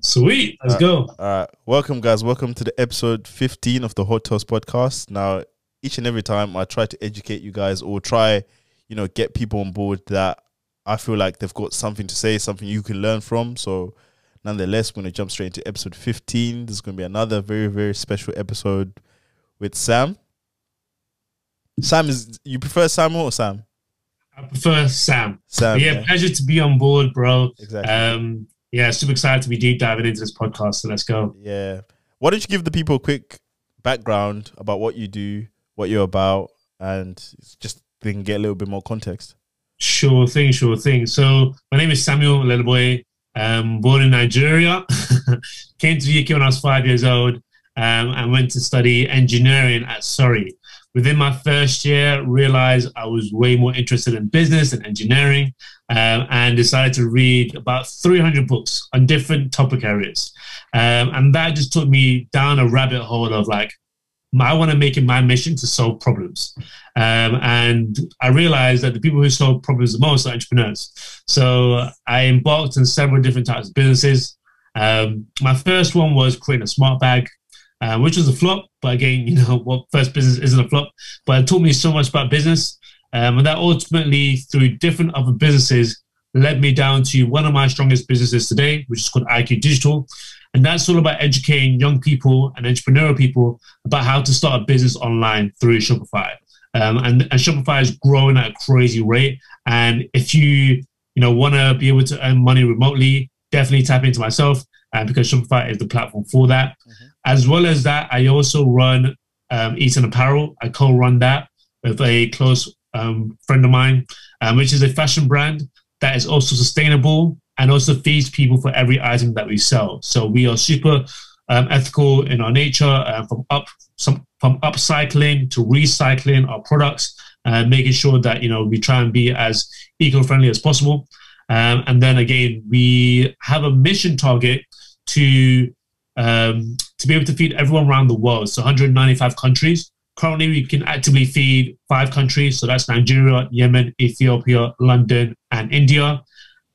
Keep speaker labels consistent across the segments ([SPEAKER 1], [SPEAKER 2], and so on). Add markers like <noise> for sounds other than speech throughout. [SPEAKER 1] Sweet. Let's
[SPEAKER 2] Uh,
[SPEAKER 1] go.
[SPEAKER 2] All right, welcome, guys. Welcome to the episode 15 of the Hot Toast Podcast. Now, each and every time I try to educate you guys or try, you know, get people on board that I feel like they've got something to say, something you can learn from. So, nonetheless, we're going to jump straight into episode 15. There's going to be another very, very special episode with Sam. Sam is, you prefer Samuel or Sam?
[SPEAKER 1] I prefer Sam.
[SPEAKER 2] Sam.
[SPEAKER 1] yeah,
[SPEAKER 2] yeah.
[SPEAKER 1] pleasure to be on board, bro.
[SPEAKER 2] Exactly.
[SPEAKER 1] Um, yeah, super excited to be deep diving into this podcast. So let's go.
[SPEAKER 2] Yeah. Why don't you give the people a quick background about what you do, what you're about, and it's just they can get a little bit more context.
[SPEAKER 1] Sure thing, sure thing. So my name is Samuel Leleboy. Um, born in Nigeria, <laughs> came to the UK when I was five years old, um, and went to study engineering at Surrey. Within my first year, realized I was way more interested in business and engineering, um, and decided to read about 300 books on different topic areas. Um, and that just took me down a rabbit hole of like, I want to make it my mission to solve problems. Um, and I realized that the people who solve problems the most are entrepreneurs. So I embarked on several different types of businesses. Um, my first one was creating a smart bag, uh, which was a flop. But again, <laughs> you know, what first business isn't a flop? But it taught me so much about business. Um, and that ultimately, through different other businesses, led me down to one of my strongest businesses today, which is called IQ Digital. And that's all about educating young people and entrepreneurial people about how to start a business online through Shopify um, and, and Shopify is growing at a crazy rate. And if you you know want to be able to earn money remotely, definitely tap into myself uh, because Shopify is the platform for that.
[SPEAKER 2] Mhm.
[SPEAKER 1] As well as that, I also run um, Eaton Apparel. I co-run that with a close um, friend of mine, um, which is a fashion brand that is also sustainable and also feeds people for every item that we sell. So we are super um, ethical in our nature, uh, from up some from upcycling to recycling our products, uh, making sure that you know we try and be as eco-friendly as possible. Um, and then again, we have a mission target to um, to be able to feed everyone around the world, so 195 countries. Currently, we can actively feed five countries, so that's Nigeria, Yemen, Ethiopia, London, and India.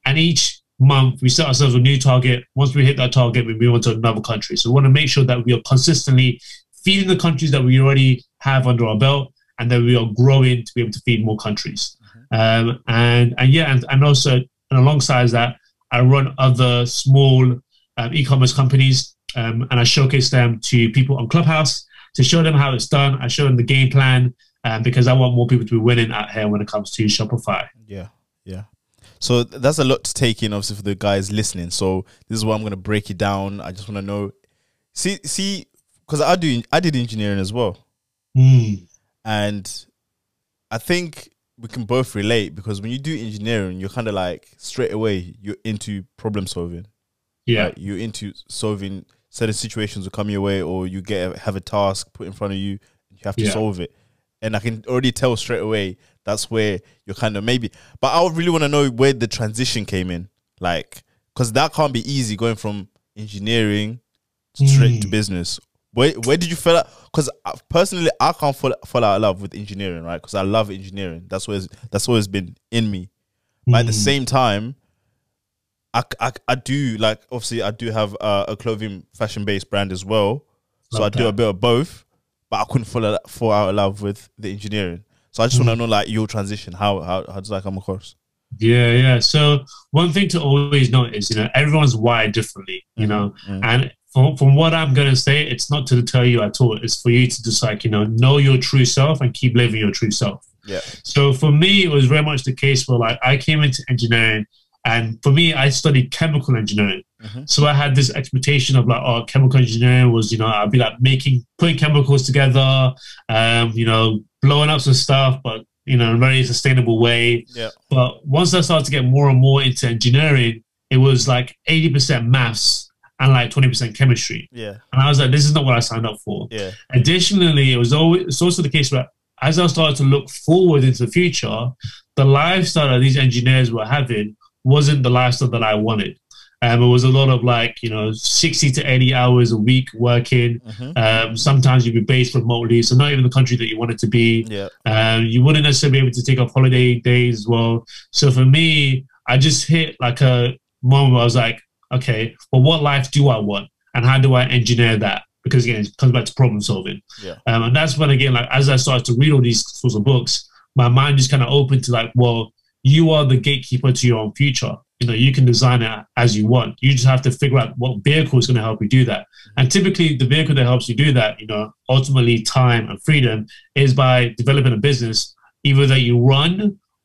[SPEAKER 1] And each month, we set ourselves a new target. Once we hit that target, we move on to another country. So we want to make sure that we are consistently feeding the countries that we already have under our belt, and then we are growing to be able to feed more countries. Um, and and yeah, and, and also and alongside that, I run other small um, e-commerce companies, um, and I showcase them to people on Clubhouse to show them how it's done. I show them the game plan um, because I want more people to be winning out here when it comes to Shopify.
[SPEAKER 2] Yeah. Yeah. So th- that's a lot to take in, obviously, for the guys listening. So this is why I'm going to break it down. I just want to know, see, see, because I do, I did engineering as well.
[SPEAKER 1] Mm,
[SPEAKER 2] and I think we can both relate because when you do engineering, you're kind of like straight away you're into problem solving.
[SPEAKER 1] yeah,
[SPEAKER 2] Like, you're into solving certain situations will come your way, or you get a, have a task put in front of you, you have to
[SPEAKER 1] Yeah.
[SPEAKER 2] solve it. And I can already tell straight away that's where you're kind of maybe. But I would really want to know where the transition came in, like because that can't be easy going from engineering straight to
[SPEAKER 1] Mm.
[SPEAKER 2] business. Where where did you fall out? Because personally, I can't fall, fall out of love with engineering, right? Because I love engineering. That's always that's always been in me. But at the
[SPEAKER 1] Mm.
[SPEAKER 2] same time, I, c- I c- I do like obviously I do have uh, a clothing fashion based brand as well, so
[SPEAKER 1] Love
[SPEAKER 2] I do a
[SPEAKER 1] that.
[SPEAKER 2] bit of both. But I couldn't fall out, fall out of love with the engineering. So I just
[SPEAKER 1] Hmm.
[SPEAKER 2] want to know like your transition. How how how does that come across?
[SPEAKER 1] Yeah, yeah. So one thing to always note is, you know, everyone's wired differently, you know,
[SPEAKER 2] Mhm.
[SPEAKER 1] and from, from what I'm going to say, it's not to deter you at all. It's for you to just like, you know, know your true self and keep living your true self.
[SPEAKER 2] Yeah.
[SPEAKER 1] So for me, it was very much the case where like I came into engineering and for me, I studied chemical engineering.
[SPEAKER 2] Mhm.
[SPEAKER 1] So I had this expectation of like, oh, chemical engineering was, you know, I'd be like making, putting chemicals together, um, you know, blowing up some stuff, but, you know, in a very sustainable way.
[SPEAKER 2] Yeah.
[SPEAKER 1] But once I started to get more and more into engineering, it was like 80% maths and like 20% chemistry.
[SPEAKER 2] Yeah.
[SPEAKER 1] And I was like, this is not what I signed up for.
[SPEAKER 2] Yeah.
[SPEAKER 1] Additionally, it was always it's also the case where as I started to look forward into the future, the lifestyle that these engineers were having wasn't the lifestyle that I wanted. Um, it was a lot of like, you know, 60 to 80 hours a week working.
[SPEAKER 2] Mhm.
[SPEAKER 1] Um, sometimes you'd be based remotely, so not even the country that you wanted to be.
[SPEAKER 2] Yeah.
[SPEAKER 1] Um, you wouldn't necessarily be able to take off holiday days as well. So for me, I just hit like a moment where I was like, okay, well, what life do I want, and how do I engineer that? Because again, it comes back to problem solving.
[SPEAKER 2] Yeah.
[SPEAKER 1] Um, and that's when again, like as I started to read all these sorts of books, my mind just kind of opened to like, well, you are the gatekeeper to your own future. You know, you can design it as you want. You just have to figure out what vehicle is going to help you do that. And typically, the vehicle that helps you do that, you know, ultimately time and freedom is by developing a business, either that you run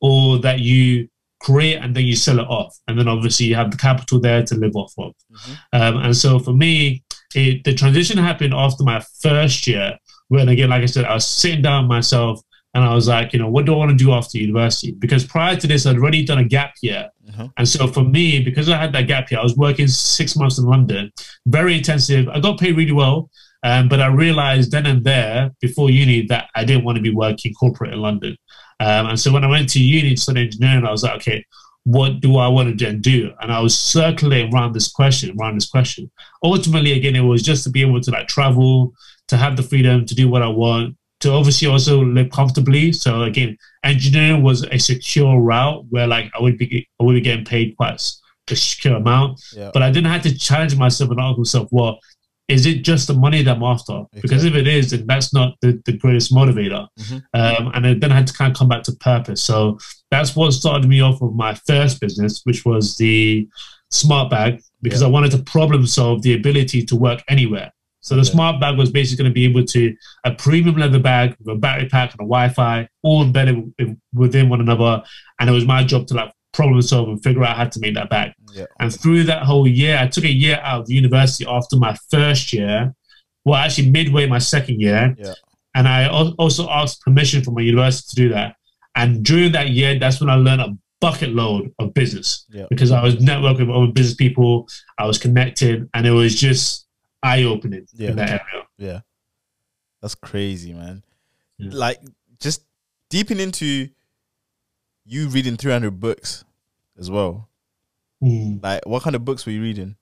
[SPEAKER 1] or that you create and then you sell it off. And then obviously you have the capital there to live off of.
[SPEAKER 2] Mhm.
[SPEAKER 1] Um, and so for me, it, the transition happened after my first year, when again, like I said, I was sitting down with myself and I was like, you know, what do I want to do after university? Because prior to this, I'd already done a gap year.
[SPEAKER 2] Mhm.
[SPEAKER 1] And so for me, because I had that gap year, I was working six months in London, very intensive. I got paid really well. Um, but I realized then and there before uni that I didn't want to be working corporate in London. Um, and so when I went to uni to study engineering, I was like, okay, what do I want to then do? And I was circling around this question, around this question. Ultimately, again, it was just to be able to like travel, to have the freedom to do what I want, to obviously also live comfortably. So again, engineering was a secure route where like I would be, I would be getting paid quite s- a secure amount,
[SPEAKER 2] Yeah.
[SPEAKER 1] but I didn't have to challenge myself and ask myself, well, is it just the money that I'm after? Because if it is, then that's not the, the greatest motivator.
[SPEAKER 2] Mhm.
[SPEAKER 1] Um, and then- then I had to kind of come back to purpose. So that's what started me off with my first business, which was the smart bag, because
[SPEAKER 2] Yeah.
[SPEAKER 1] I wanted to problem solve the ability to work anywhere. So the
[SPEAKER 2] Yeah.
[SPEAKER 1] smart bag was basically going to be able to a premium leather bag with a battery pack and a Wi-Fi, all embedded w- within one another. And it was my job to like problem solve and figure out how to make that bag.
[SPEAKER 2] Yeah.
[SPEAKER 1] And through that whole year, I took a year out of university after my first year. Well, actually, midway my second year.
[SPEAKER 2] Yeah.
[SPEAKER 1] And I al- also asked permission from my university to do that. And during that year, that's when I learned a bucket load of business
[SPEAKER 2] Yeah.
[SPEAKER 1] because I was networking with other business people, I was connected, and it was just eye opening
[SPEAKER 2] Yeah.
[SPEAKER 1] in that area.
[SPEAKER 2] That's crazy, man.
[SPEAKER 1] Yeah.
[SPEAKER 2] Like just deeping into you reading 300 books as well.
[SPEAKER 1] Mm.
[SPEAKER 2] Like what kind of books were you reading?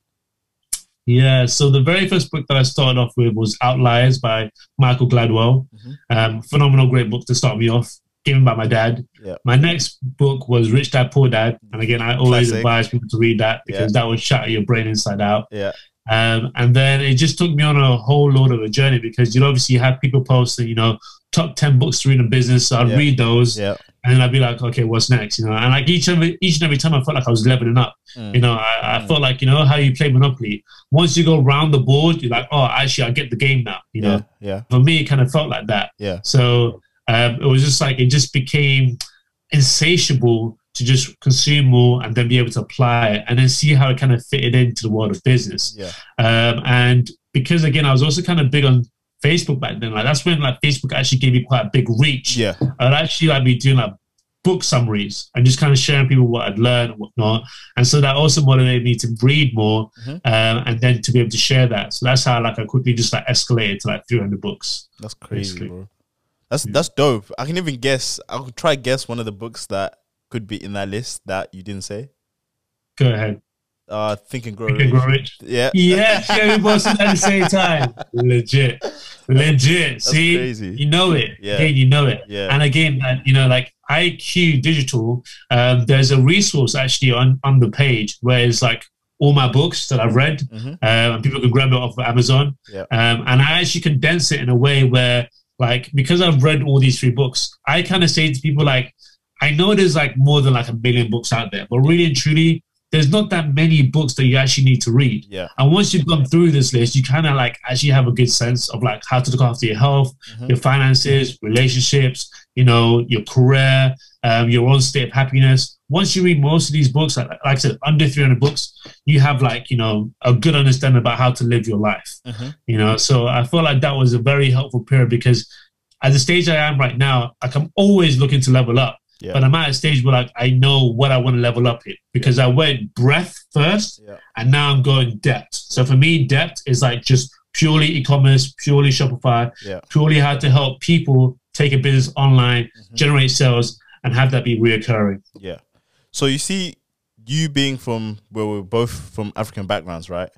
[SPEAKER 1] Yeah, so the very first book that I started off with was Outliers by Michael Gladwell.
[SPEAKER 2] Mhm.
[SPEAKER 1] Um, phenomenal, great book to start me off, given by my dad.
[SPEAKER 2] Yeah.
[SPEAKER 1] My next book was Rich Dad Poor Dad, and again, I always
[SPEAKER 2] Classic.
[SPEAKER 1] advise people to read that because that would shatter your brain inside out.
[SPEAKER 2] Yeah.
[SPEAKER 1] Um, and then it just took me on a whole load of a journey because you'd obviously have people posting, you know, top ten books to read in business. So I'd
[SPEAKER 2] Yeah.
[SPEAKER 1] read those,
[SPEAKER 2] Yeah.
[SPEAKER 1] and then I'd be like, okay, what's next? You know, and like each and every, each and every time, I felt like I was leveling up.
[SPEAKER 2] Mm.
[SPEAKER 1] You know, I, I
[SPEAKER 2] Mm.
[SPEAKER 1] felt like you know how you play Monopoly. Once you go round the board, you're like, oh, actually, I get the game now. You know,
[SPEAKER 2] Yeah.
[SPEAKER 1] for me, it kind of felt like that.
[SPEAKER 2] Yeah.
[SPEAKER 1] So um, it was just like it just became insatiable to just consume more and then be able to apply it and then see how it kind of fitted into the world of business.
[SPEAKER 2] Yeah.
[SPEAKER 1] Um, and because again, I was also kind of big on Facebook back then. Like that's when like Facebook actually gave me quite a big reach.
[SPEAKER 2] Yeah. Yeah.
[SPEAKER 1] I'd actually like be doing like book summaries and just kind of sharing people what I'd learned and whatnot. And so that also motivated me to read more
[SPEAKER 2] Mhm.
[SPEAKER 1] um, and then to be able to share that. So that's how like I quickly just like escalated to like 300 books.
[SPEAKER 2] That's crazy,
[SPEAKER 1] Basically.
[SPEAKER 2] bro. That's
[SPEAKER 1] Yeah.
[SPEAKER 2] that's dope. I can even guess. I could try guess one of the books that could be in that list that you didn't say.
[SPEAKER 1] Go ahead.
[SPEAKER 2] Uh, Think and Grow
[SPEAKER 1] Think and
[SPEAKER 2] Rich.
[SPEAKER 1] Grow Rich.
[SPEAKER 2] Yeah.
[SPEAKER 1] Yeah, yeah, we both said that at the same time. Legit. Legit.
[SPEAKER 2] That's
[SPEAKER 1] See,
[SPEAKER 2] crazy.
[SPEAKER 1] you know it.
[SPEAKER 2] Yeah.
[SPEAKER 1] Again, you know it.
[SPEAKER 2] Yeah.
[SPEAKER 1] And again, that, you know, like IQ Digital, um, there's a resource actually on, on the page where it's like all my books that I've read,
[SPEAKER 2] Mhm.
[SPEAKER 1] um, and people can grab it off of Amazon.
[SPEAKER 2] Yeah.
[SPEAKER 1] Um, and I actually condense it in a way where, like, because I've read all these three books, I kind of say to people, like, I know there's like more than like a million books out there, but really and truly, there's not that many books that you actually need to read.
[SPEAKER 2] Yeah.
[SPEAKER 1] And once you've gone through this list, you kind of like actually have a good sense of like how to look after your health,
[SPEAKER 2] Mhm.
[SPEAKER 1] your finances, relationships, you know, your career, um, your own state of happiness. Once you read most of these books, like, like I said, under 300 books, you have like, you know, a good understanding about how to live your life,
[SPEAKER 2] Mhm.
[SPEAKER 1] you know. So I feel like that was a very helpful period because at the stage I am right now, like I'm always looking to level up.
[SPEAKER 2] Yeah.
[SPEAKER 1] But I'm at a stage where like I know what I want to level up in because I went breadth first
[SPEAKER 2] Yeah.
[SPEAKER 1] and now I'm going depth. So for me, depth is like just purely e-commerce, purely Shopify,
[SPEAKER 2] Yeah.
[SPEAKER 1] purely how to help people take a business online,
[SPEAKER 2] Mhm.
[SPEAKER 1] generate sales, and have that be reoccurring.
[SPEAKER 2] Yeah. So you see, you being from where we're both from African backgrounds, right?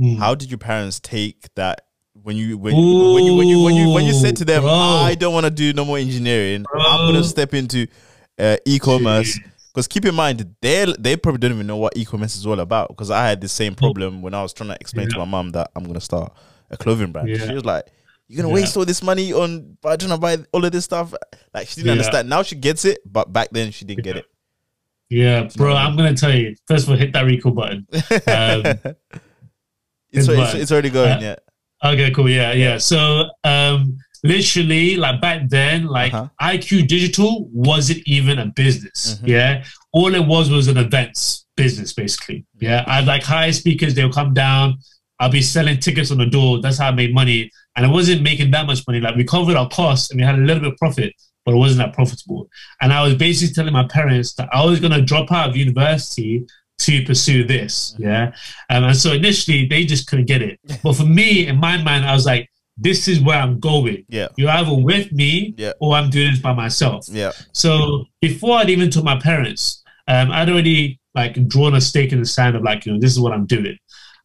[SPEAKER 1] Mm.
[SPEAKER 2] How did your parents take that when you when, when you when you when you when you said to them,
[SPEAKER 1] Ooh, bro.
[SPEAKER 2] "I don't want to do no more engineering. I'm gonna
[SPEAKER 1] Bro.
[SPEAKER 2] step into uh, e-commerce." Because keep in mind, they they probably don't even know what e-commerce is all about. Because I had the same problem when I was trying to explain to
[SPEAKER 1] Mm. Yeah.
[SPEAKER 2] my mom that I'm gonna start a clothing brand.
[SPEAKER 1] Yeah.
[SPEAKER 2] She was like, "You're gonna
[SPEAKER 1] Yeah.
[SPEAKER 2] waste all this money on by trying to buy all of this stuff." Like she didn't
[SPEAKER 1] Yeah.
[SPEAKER 2] understand. Now she gets it, but back then she didn't get
[SPEAKER 1] Yeah, bro,
[SPEAKER 2] Mm.
[SPEAKER 1] I'm gonna tell you. First of all, hit that recall button.
[SPEAKER 2] it. <laughs>
[SPEAKER 1] Um, uh,
[SPEAKER 2] it's,
[SPEAKER 1] good
[SPEAKER 2] it's,
[SPEAKER 1] luck.
[SPEAKER 2] it's already going. yeah,
[SPEAKER 1] Okay, cool. Yeah, yeah. So, um, literally, like back then, like
[SPEAKER 2] Uh-huh.
[SPEAKER 1] IQ Digital wasn't even a business.
[SPEAKER 2] Mhm.
[SPEAKER 1] Yeah, all it was was an events business, basically. Yeah, I'd like hire speakers; they'll come down. I'll be selling tickets on the door. That's how I made money, and I wasn't making that much money. Like we covered our costs and we had a little bit of profit, but it wasn't that profitable. And I was basically telling my parents that I was going to drop out of university to pursue this. Yeah, um, and so initially they just couldn't get it. But for me, in my mind, I was like, this is where I'm going.
[SPEAKER 2] yeah, Mm-hmm.
[SPEAKER 1] You're either with me
[SPEAKER 2] Yeah.
[SPEAKER 1] or I'm doing this by myself. <laughs>
[SPEAKER 2] yeah.
[SPEAKER 1] So before I'd even told my parents, um, I'd already like drawn a stake in the sand of like, you know, this is what I'm doing.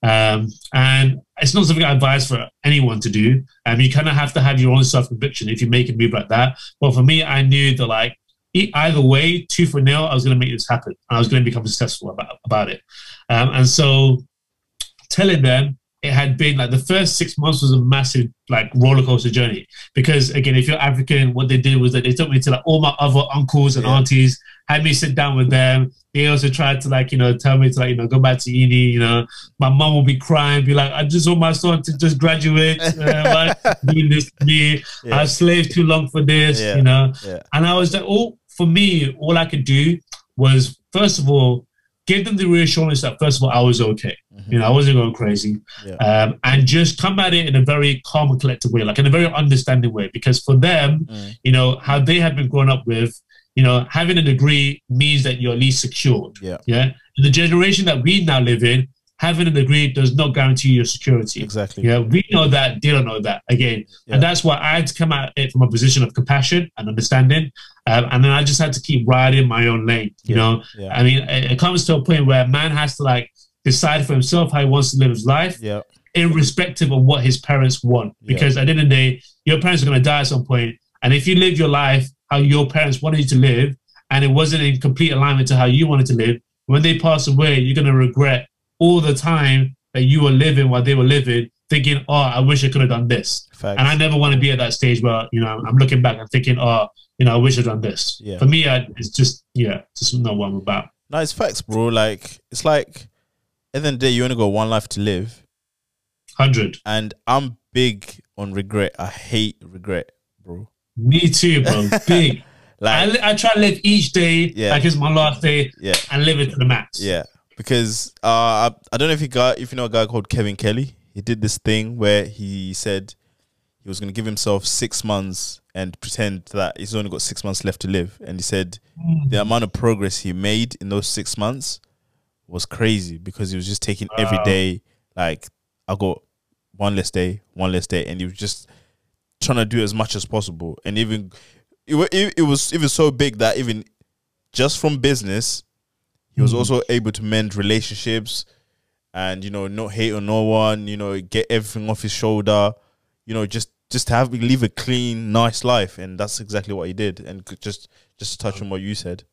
[SPEAKER 1] Um, and it's not something I advise for anyone to do. Um, you kind of have to have your own self conviction if you make a move like that. But for me, I knew that like e- either way, two for nil, I was going to make this happen. I was going to become successful about, about it. Um, and so telling them it had been like the first six months was a massive like roller coaster journey because again, if you're African, what they did was that they took me to like all my other uncles and
[SPEAKER 2] Yeah.
[SPEAKER 1] aunties, had me sit down with them. They also tried to like you know tell me to like you know go back to uni. You know, my mom will be crying, be like, I just want my son to just
[SPEAKER 2] <laughs>
[SPEAKER 1] graduate. Uh, why you doing this to me?
[SPEAKER 2] Yeah.
[SPEAKER 1] I slaved too long for this.
[SPEAKER 2] Yeah.
[SPEAKER 1] You know,
[SPEAKER 2] Yeah.
[SPEAKER 1] and I was like, all for me, all I could do was first of all give them the reassurance that first of all I was okay.
[SPEAKER 2] Mhm.
[SPEAKER 1] You know, I wasn't going crazy.
[SPEAKER 2] Yeah.
[SPEAKER 1] Um, and just come at it in a very calm and collected way, like in a very understanding way. Because for them,
[SPEAKER 2] Mm.
[SPEAKER 1] you know, how they have been grown up with, you know, having a degree means that you're at least secured.
[SPEAKER 2] Yeah.
[SPEAKER 1] Yeah. In the generation that we now live in, having a degree does not guarantee your security.
[SPEAKER 2] Exactly.
[SPEAKER 1] Yeah, we know that. They don't know that again,
[SPEAKER 2] Yeah.
[SPEAKER 1] and that's why I had to come at it from a position of compassion and understanding, um, and then I just had to keep riding my own lane. You
[SPEAKER 2] Yeah.
[SPEAKER 1] know,
[SPEAKER 2] Yeah.
[SPEAKER 1] I mean, it, it comes to a point where a man has to like decide for himself how he wants to live his life,
[SPEAKER 2] Yeah.
[SPEAKER 1] irrespective of what his parents want.
[SPEAKER 2] Yeah.
[SPEAKER 1] Because at the end of the day, your parents are going to die at some point, and if you live your life how your parents wanted you to live, and it wasn't in complete alignment to how you wanted to live, when they pass away, you're going to regret all the time that you were living while they were living, thinking, "Oh, I wish I could have done this."
[SPEAKER 2] Facts.
[SPEAKER 1] And I never want to be at that stage where you know I'm- I'm looking back and thinking, "Oh, you know, I wish I'd done this."
[SPEAKER 2] Yeah.
[SPEAKER 1] For me, I, it's just yeah, just not what I'm about.
[SPEAKER 2] No, it's facts, bro. Like it's like at the end of the day, you only got one life to live,
[SPEAKER 1] Hundred.
[SPEAKER 2] and I'm big on regret. I hate regret, bro.
[SPEAKER 1] Me too,
[SPEAKER 2] <laughs>
[SPEAKER 1] bro. Big. I,
[SPEAKER 2] Like
[SPEAKER 1] li- I try to live each day
[SPEAKER 2] Yeah.
[SPEAKER 1] like it's my last day
[SPEAKER 2] yeah,
[SPEAKER 1] and live it to the max.
[SPEAKER 2] yeah. Because uh, I, I don't know if you got if you know a guy called Kevin Kelly. He did this thing where he said he was gonna give himself six months and pretend that he's only got six months left to live, and he said
[SPEAKER 1] Mm.
[SPEAKER 2] the amount of progress he made in those six months was crazy because he was just taking every
[SPEAKER 1] Wow.
[SPEAKER 2] day like I got one less day, one less day, and he was just trying to do as much as possible. And even it, wa- it, it was even so big that even just from business, he was
[SPEAKER 1] Mhm.
[SPEAKER 2] also able to mend relationships and you know not hate on no one. You know get everything off his shoulder. You know just just to have live a clean, nice life, and that's exactly what he did. And c- just just to touch on what you said.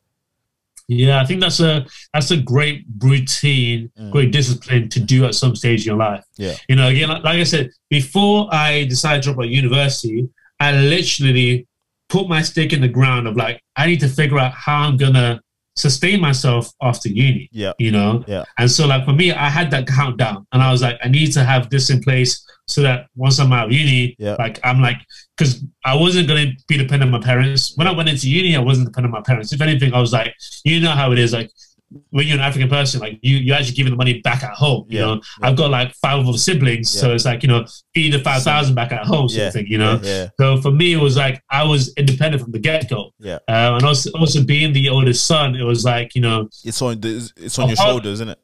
[SPEAKER 1] Yeah, I think that's a that's a great routine,
[SPEAKER 2] Mm.
[SPEAKER 1] great discipline to do at some stage in your life.
[SPEAKER 2] Yeah.
[SPEAKER 1] You know, again, like, like I said, before I decided to drop out of university, I literally put my stick in the ground of like, I need to figure out how I'm gonna sustain myself after uni.
[SPEAKER 2] Yeah.
[SPEAKER 1] you know
[SPEAKER 2] Yeah.
[SPEAKER 1] and so like for me i had that countdown and i was like i need to have this in place so that once i'm out of uni
[SPEAKER 2] Yeah.
[SPEAKER 1] like i'm like because i wasn't going to be dependent on my parents when i went into uni i wasn't dependent on my parents if anything i was like you know how it is like when you're an african person like you you're actually giving the money back at home you
[SPEAKER 2] Yeah.
[SPEAKER 1] know i've got like five other siblings so it's like you know feed the 5000 back at home sort
[SPEAKER 2] Yeah.
[SPEAKER 1] of thing you know
[SPEAKER 2] Yeah.
[SPEAKER 1] so for me, it was like I was independent from the get go,
[SPEAKER 2] Yeah.
[SPEAKER 1] um, and also, also being the oldest son, it was like you know
[SPEAKER 2] It's on the, it's on your
[SPEAKER 1] Apart-
[SPEAKER 2] shoulders, isn't it?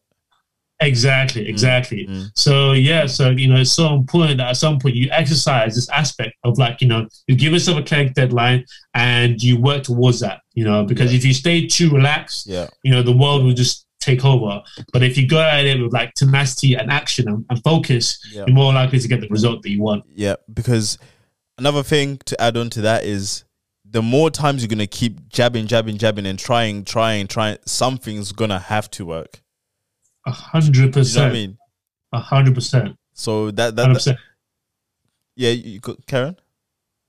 [SPEAKER 1] exactly, exactly.
[SPEAKER 2] Mm.
[SPEAKER 1] So yeah, so you know, it's so important that at some point you exercise this aspect of like you know you give yourself a clear deadline and you work towards that. You know, because if you stay too relaxed,
[SPEAKER 2] Yeah.
[SPEAKER 1] you know the world will just take over. But if you go at it with like tenacity and action and, and focus,
[SPEAKER 2] Yeah.
[SPEAKER 1] you're more likely to get the result that you want.
[SPEAKER 2] Yeah. Because another thing to add on to that is the more times you're gonna keep jabbing, jabbing, jabbing, and trying, trying, trying, something's gonna have to work.
[SPEAKER 1] A hundred
[SPEAKER 2] You know what I
[SPEAKER 1] percent.
[SPEAKER 2] mean?
[SPEAKER 1] A hundred percent.
[SPEAKER 2] So that that,
[SPEAKER 1] Hundred
[SPEAKER 2] that
[SPEAKER 1] percent.
[SPEAKER 2] yeah, you, go- Karen.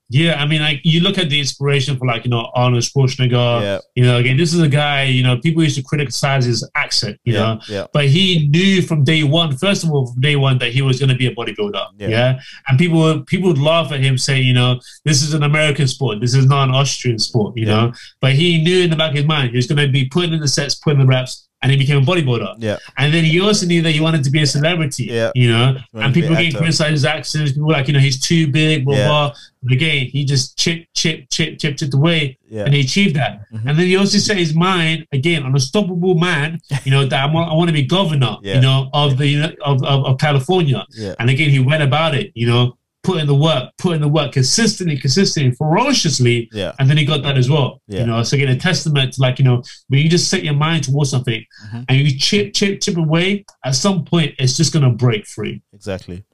[SPEAKER 1] Yeah, I mean, like you look at the inspiration for like you know Arnold Schwarzenegger.
[SPEAKER 2] yeah,
[SPEAKER 1] You know, again, this is a guy. You know, people used to criticize his accent. You
[SPEAKER 2] yeah,
[SPEAKER 1] know,
[SPEAKER 2] yeah,
[SPEAKER 1] but he knew from day one, first of all, from day one, that he was going to be a bodybuilder.
[SPEAKER 2] Yeah.
[SPEAKER 1] Yeah. and people were, people would laugh at him, say, you know, this is an American sport, this is not an Austrian sport, you
[SPEAKER 2] Yeah.
[SPEAKER 1] know. But he knew in the back of his mind he was going to be putting in the sets, putting in the reps, and he became a bodybuilder.
[SPEAKER 2] Yeah.
[SPEAKER 1] and then he also knew that he wanted to be a celebrity.
[SPEAKER 2] Yeah.
[SPEAKER 1] you know,
[SPEAKER 2] wanted
[SPEAKER 1] and
[SPEAKER 2] to be
[SPEAKER 1] people
[SPEAKER 2] an
[SPEAKER 1] getting
[SPEAKER 2] actor.
[SPEAKER 1] criticized his accents. People were like, you know, he's too big, blah
[SPEAKER 2] Yeah.
[SPEAKER 1] blah. But again, he just chip, chip, chip, chip, chipped away
[SPEAKER 2] yeah,
[SPEAKER 1] and he achieved that.
[SPEAKER 2] Mhm.
[SPEAKER 1] And then he also set his mind again, an unstoppable
[SPEAKER 2] <laughs>
[SPEAKER 1] man. You know that I'm, I want to be governor.
[SPEAKER 2] Yeah.
[SPEAKER 1] You know of the of, of of California.
[SPEAKER 2] yeah,
[SPEAKER 1] And again, he went about it. You know, put in the work, put in the work consistently, consistently, ferociously.
[SPEAKER 2] yeah,
[SPEAKER 1] And then he got that as well.
[SPEAKER 2] Yeah.
[SPEAKER 1] You know, so again, a testament to like you know when you just set your mind towards something
[SPEAKER 2] Mhm.
[SPEAKER 1] and you chip, chip, chip away. At some point, it's just gonna break free.
[SPEAKER 2] exactly.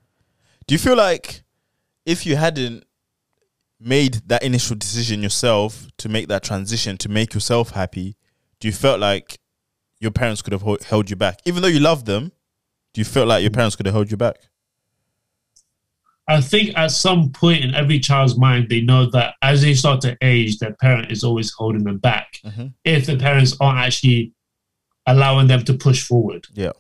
[SPEAKER 2] Do you feel like if you hadn't made that initial decision yourself to make that transition to make yourself happy, do you felt like your parents could have hol- held you back, even though you love them? Do you feel like your parents could have held you back?
[SPEAKER 1] I think at some point in every child's mind, they know that as they start to age, their parent is always holding them back.
[SPEAKER 2] Mhm.
[SPEAKER 1] If the parents aren't actually allowing them to push forward,
[SPEAKER 2] Yeah.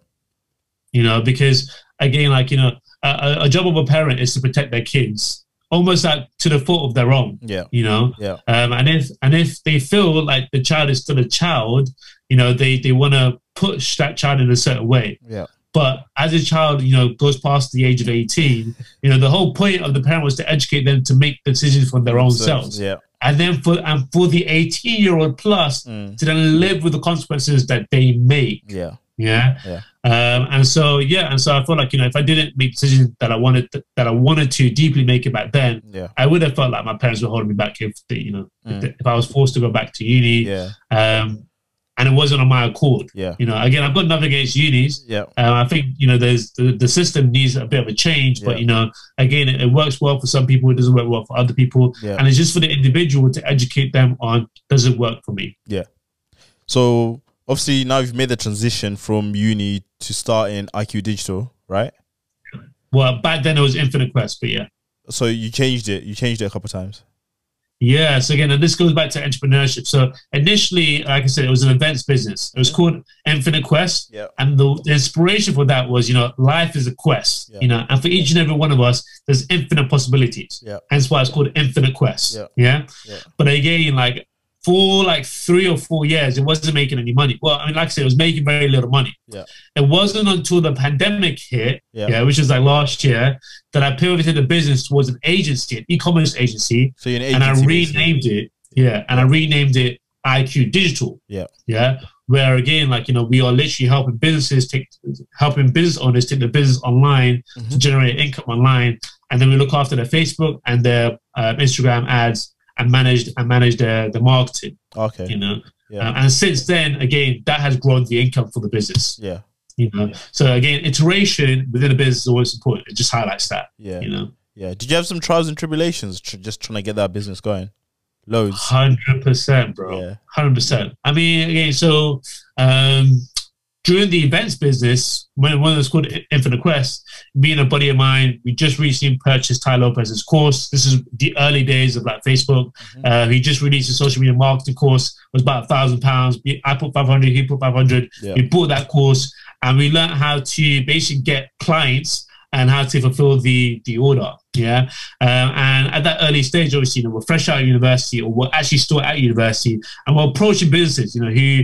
[SPEAKER 1] you know, because again, like you know, a- a, a job of a parent is to protect their kids, almost like to the fault of their own,
[SPEAKER 2] Yeah,
[SPEAKER 1] you know.
[SPEAKER 2] yeah,
[SPEAKER 1] Um, and if and if they feel like the child is still a child, you know, they they want to push that child in a certain way.
[SPEAKER 2] yeah,
[SPEAKER 1] But as a child, you know, goes past the age of 18, you know, the whole point of the parent was to educate them to make decisions for their own
[SPEAKER 2] So,
[SPEAKER 1] selves.
[SPEAKER 2] Yeah,
[SPEAKER 1] And then for and for the 18 year old plus
[SPEAKER 2] Mm.
[SPEAKER 1] to then live with the consequences that they make.
[SPEAKER 2] yeah,
[SPEAKER 1] Yeah.
[SPEAKER 2] Yeah.
[SPEAKER 1] Um, and so yeah, and so I felt like, you know, if I didn't make decisions that I wanted that I wanted to deeply make it back then,
[SPEAKER 2] yeah,
[SPEAKER 1] I would have felt like my parents were holding me back if they, you know, if,
[SPEAKER 2] Mm.
[SPEAKER 1] they- if I was forced to go back to uni.
[SPEAKER 2] yeah,
[SPEAKER 1] Um, and it wasn't on my accord.
[SPEAKER 2] yeah,
[SPEAKER 1] You know, again, I've got nothing against unis.
[SPEAKER 2] yeah.
[SPEAKER 1] Um, I think you know there's the, the system needs a bit of a change,
[SPEAKER 2] Yeah.
[SPEAKER 1] but you know again it, it works well for some people, it doesn't work well for other people,
[SPEAKER 2] Yeah.
[SPEAKER 1] and it's just for the individual to educate them on does it work for me?
[SPEAKER 2] So obviously now you've made the transition from uni to starting IQ Digital, right?
[SPEAKER 1] Well, back then it was Infinite Quest, but yeah,
[SPEAKER 2] So you changed it. You changed it a couple of times.
[SPEAKER 1] yeah. So again, and this goes back to entrepreneurship. So initially, like I said, it was an events business. It was called Infinite Quest,
[SPEAKER 2] Yeah.
[SPEAKER 1] And the, the inspiration for that was, you know, life is a quest,
[SPEAKER 2] Yeah.
[SPEAKER 1] you know, and for each and every one of us, there's infinite possibilities.
[SPEAKER 2] Yeah.
[SPEAKER 1] Hence why it's called infinite quest.
[SPEAKER 2] Yeah. Yeah.
[SPEAKER 1] But again, like for like three or four years, it wasn't making any money. Well, I mean, like I said, it was making very little money.
[SPEAKER 2] Yeah.
[SPEAKER 1] It wasn't until the pandemic hit,
[SPEAKER 2] Yeah.
[SPEAKER 1] yeah, which was like last year, that I pivoted the business towards an agency, an e-commerce agency,
[SPEAKER 2] So you're an
[SPEAKER 1] and
[SPEAKER 2] agency.
[SPEAKER 1] I
[SPEAKER 2] basically.
[SPEAKER 1] renamed it. Yeah, and I renamed it IQ Digital.
[SPEAKER 2] Yeah.
[SPEAKER 1] yeah. Where again, like you know, we are literally helping businesses take, helping business owners take their business online to
[SPEAKER 2] Mhm.
[SPEAKER 1] generate income online, and then we look after their Facebook and their uh, Instagram ads and manage and manage their the marketing.
[SPEAKER 2] Okay.
[SPEAKER 1] You know,
[SPEAKER 2] Yeah.
[SPEAKER 1] Um, and since then, again, that has grown the income for the business.
[SPEAKER 2] Yeah.
[SPEAKER 1] You know,
[SPEAKER 2] Mm.
[SPEAKER 1] so again, iteration within a business is always important. It just highlights that.
[SPEAKER 2] Yeah.
[SPEAKER 1] You know.
[SPEAKER 2] Yeah. Did you have some trials and tribulations tr- just trying to get that business going? Loads.
[SPEAKER 1] Hundred percent, <sighs> bro.
[SPEAKER 2] Yeah.
[SPEAKER 1] Hundred percent. I mean, again, so um, during the events business, when one of those called Infinite Quest, me and a buddy of mine, we just recently purchased Ty Lopez's course. This is the early days of like Facebook. Uh, he just released a social media marketing course. It was about a thousand pounds. I put five hundred. He put five hundred.
[SPEAKER 2] Yeah.
[SPEAKER 1] We bought that course, and we learned how to basically get clients and how to fulfill the the order. Yeah. Um, and at that early stage, obviously, you know, we're fresh out of university or we're actually still at university and we're approaching businesses, you know, who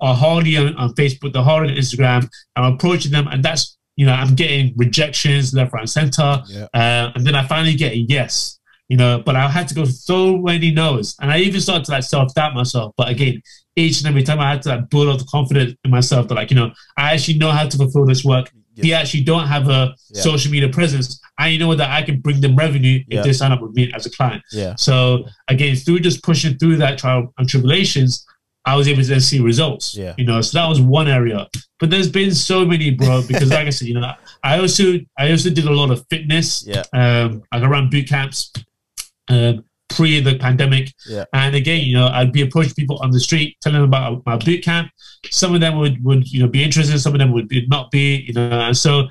[SPEAKER 1] are hardly on, on Facebook, they're hardly on Instagram, and I'm approaching them. And that's, you know, I'm getting rejections left, right, and center.
[SPEAKER 2] Yeah.
[SPEAKER 1] Uh, and then I finally get a yes, you know, but I had to go so many no's. And I even started to like self doubt myself. But again, each and every time I had to like, build up the confidence in myself that, like, you know, I actually know how to fulfill this work
[SPEAKER 2] Yeah.
[SPEAKER 1] they actually don't have a
[SPEAKER 2] Yeah.
[SPEAKER 1] social media presence, I know that I can bring them revenue
[SPEAKER 2] Yeah.
[SPEAKER 1] if they sign up with me as a client.
[SPEAKER 2] Yeah.
[SPEAKER 1] So again, through just pushing through that trial and tribulations, I was able to then see results.
[SPEAKER 2] Yeah.
[SPEAKER 1] You know, so that was one area. But there's been so many,
[SPEAKER 2] <laughs>
[SPEAKER 1] bro, because like I said, you know, I also I also did a lot of fitness.
[SPEAKER 2] Yeah.
[SPEAKER 1] Um, like I ran boot camps. Um, pre the pandemic.
[SPEAKER 2] Yeah.
[SPEAKER 1] And again, you know, I'd be approaching people on the street, telling them about my boot camp. Some of them would, would you know, be interested. Some of them would be, not be, you know. And so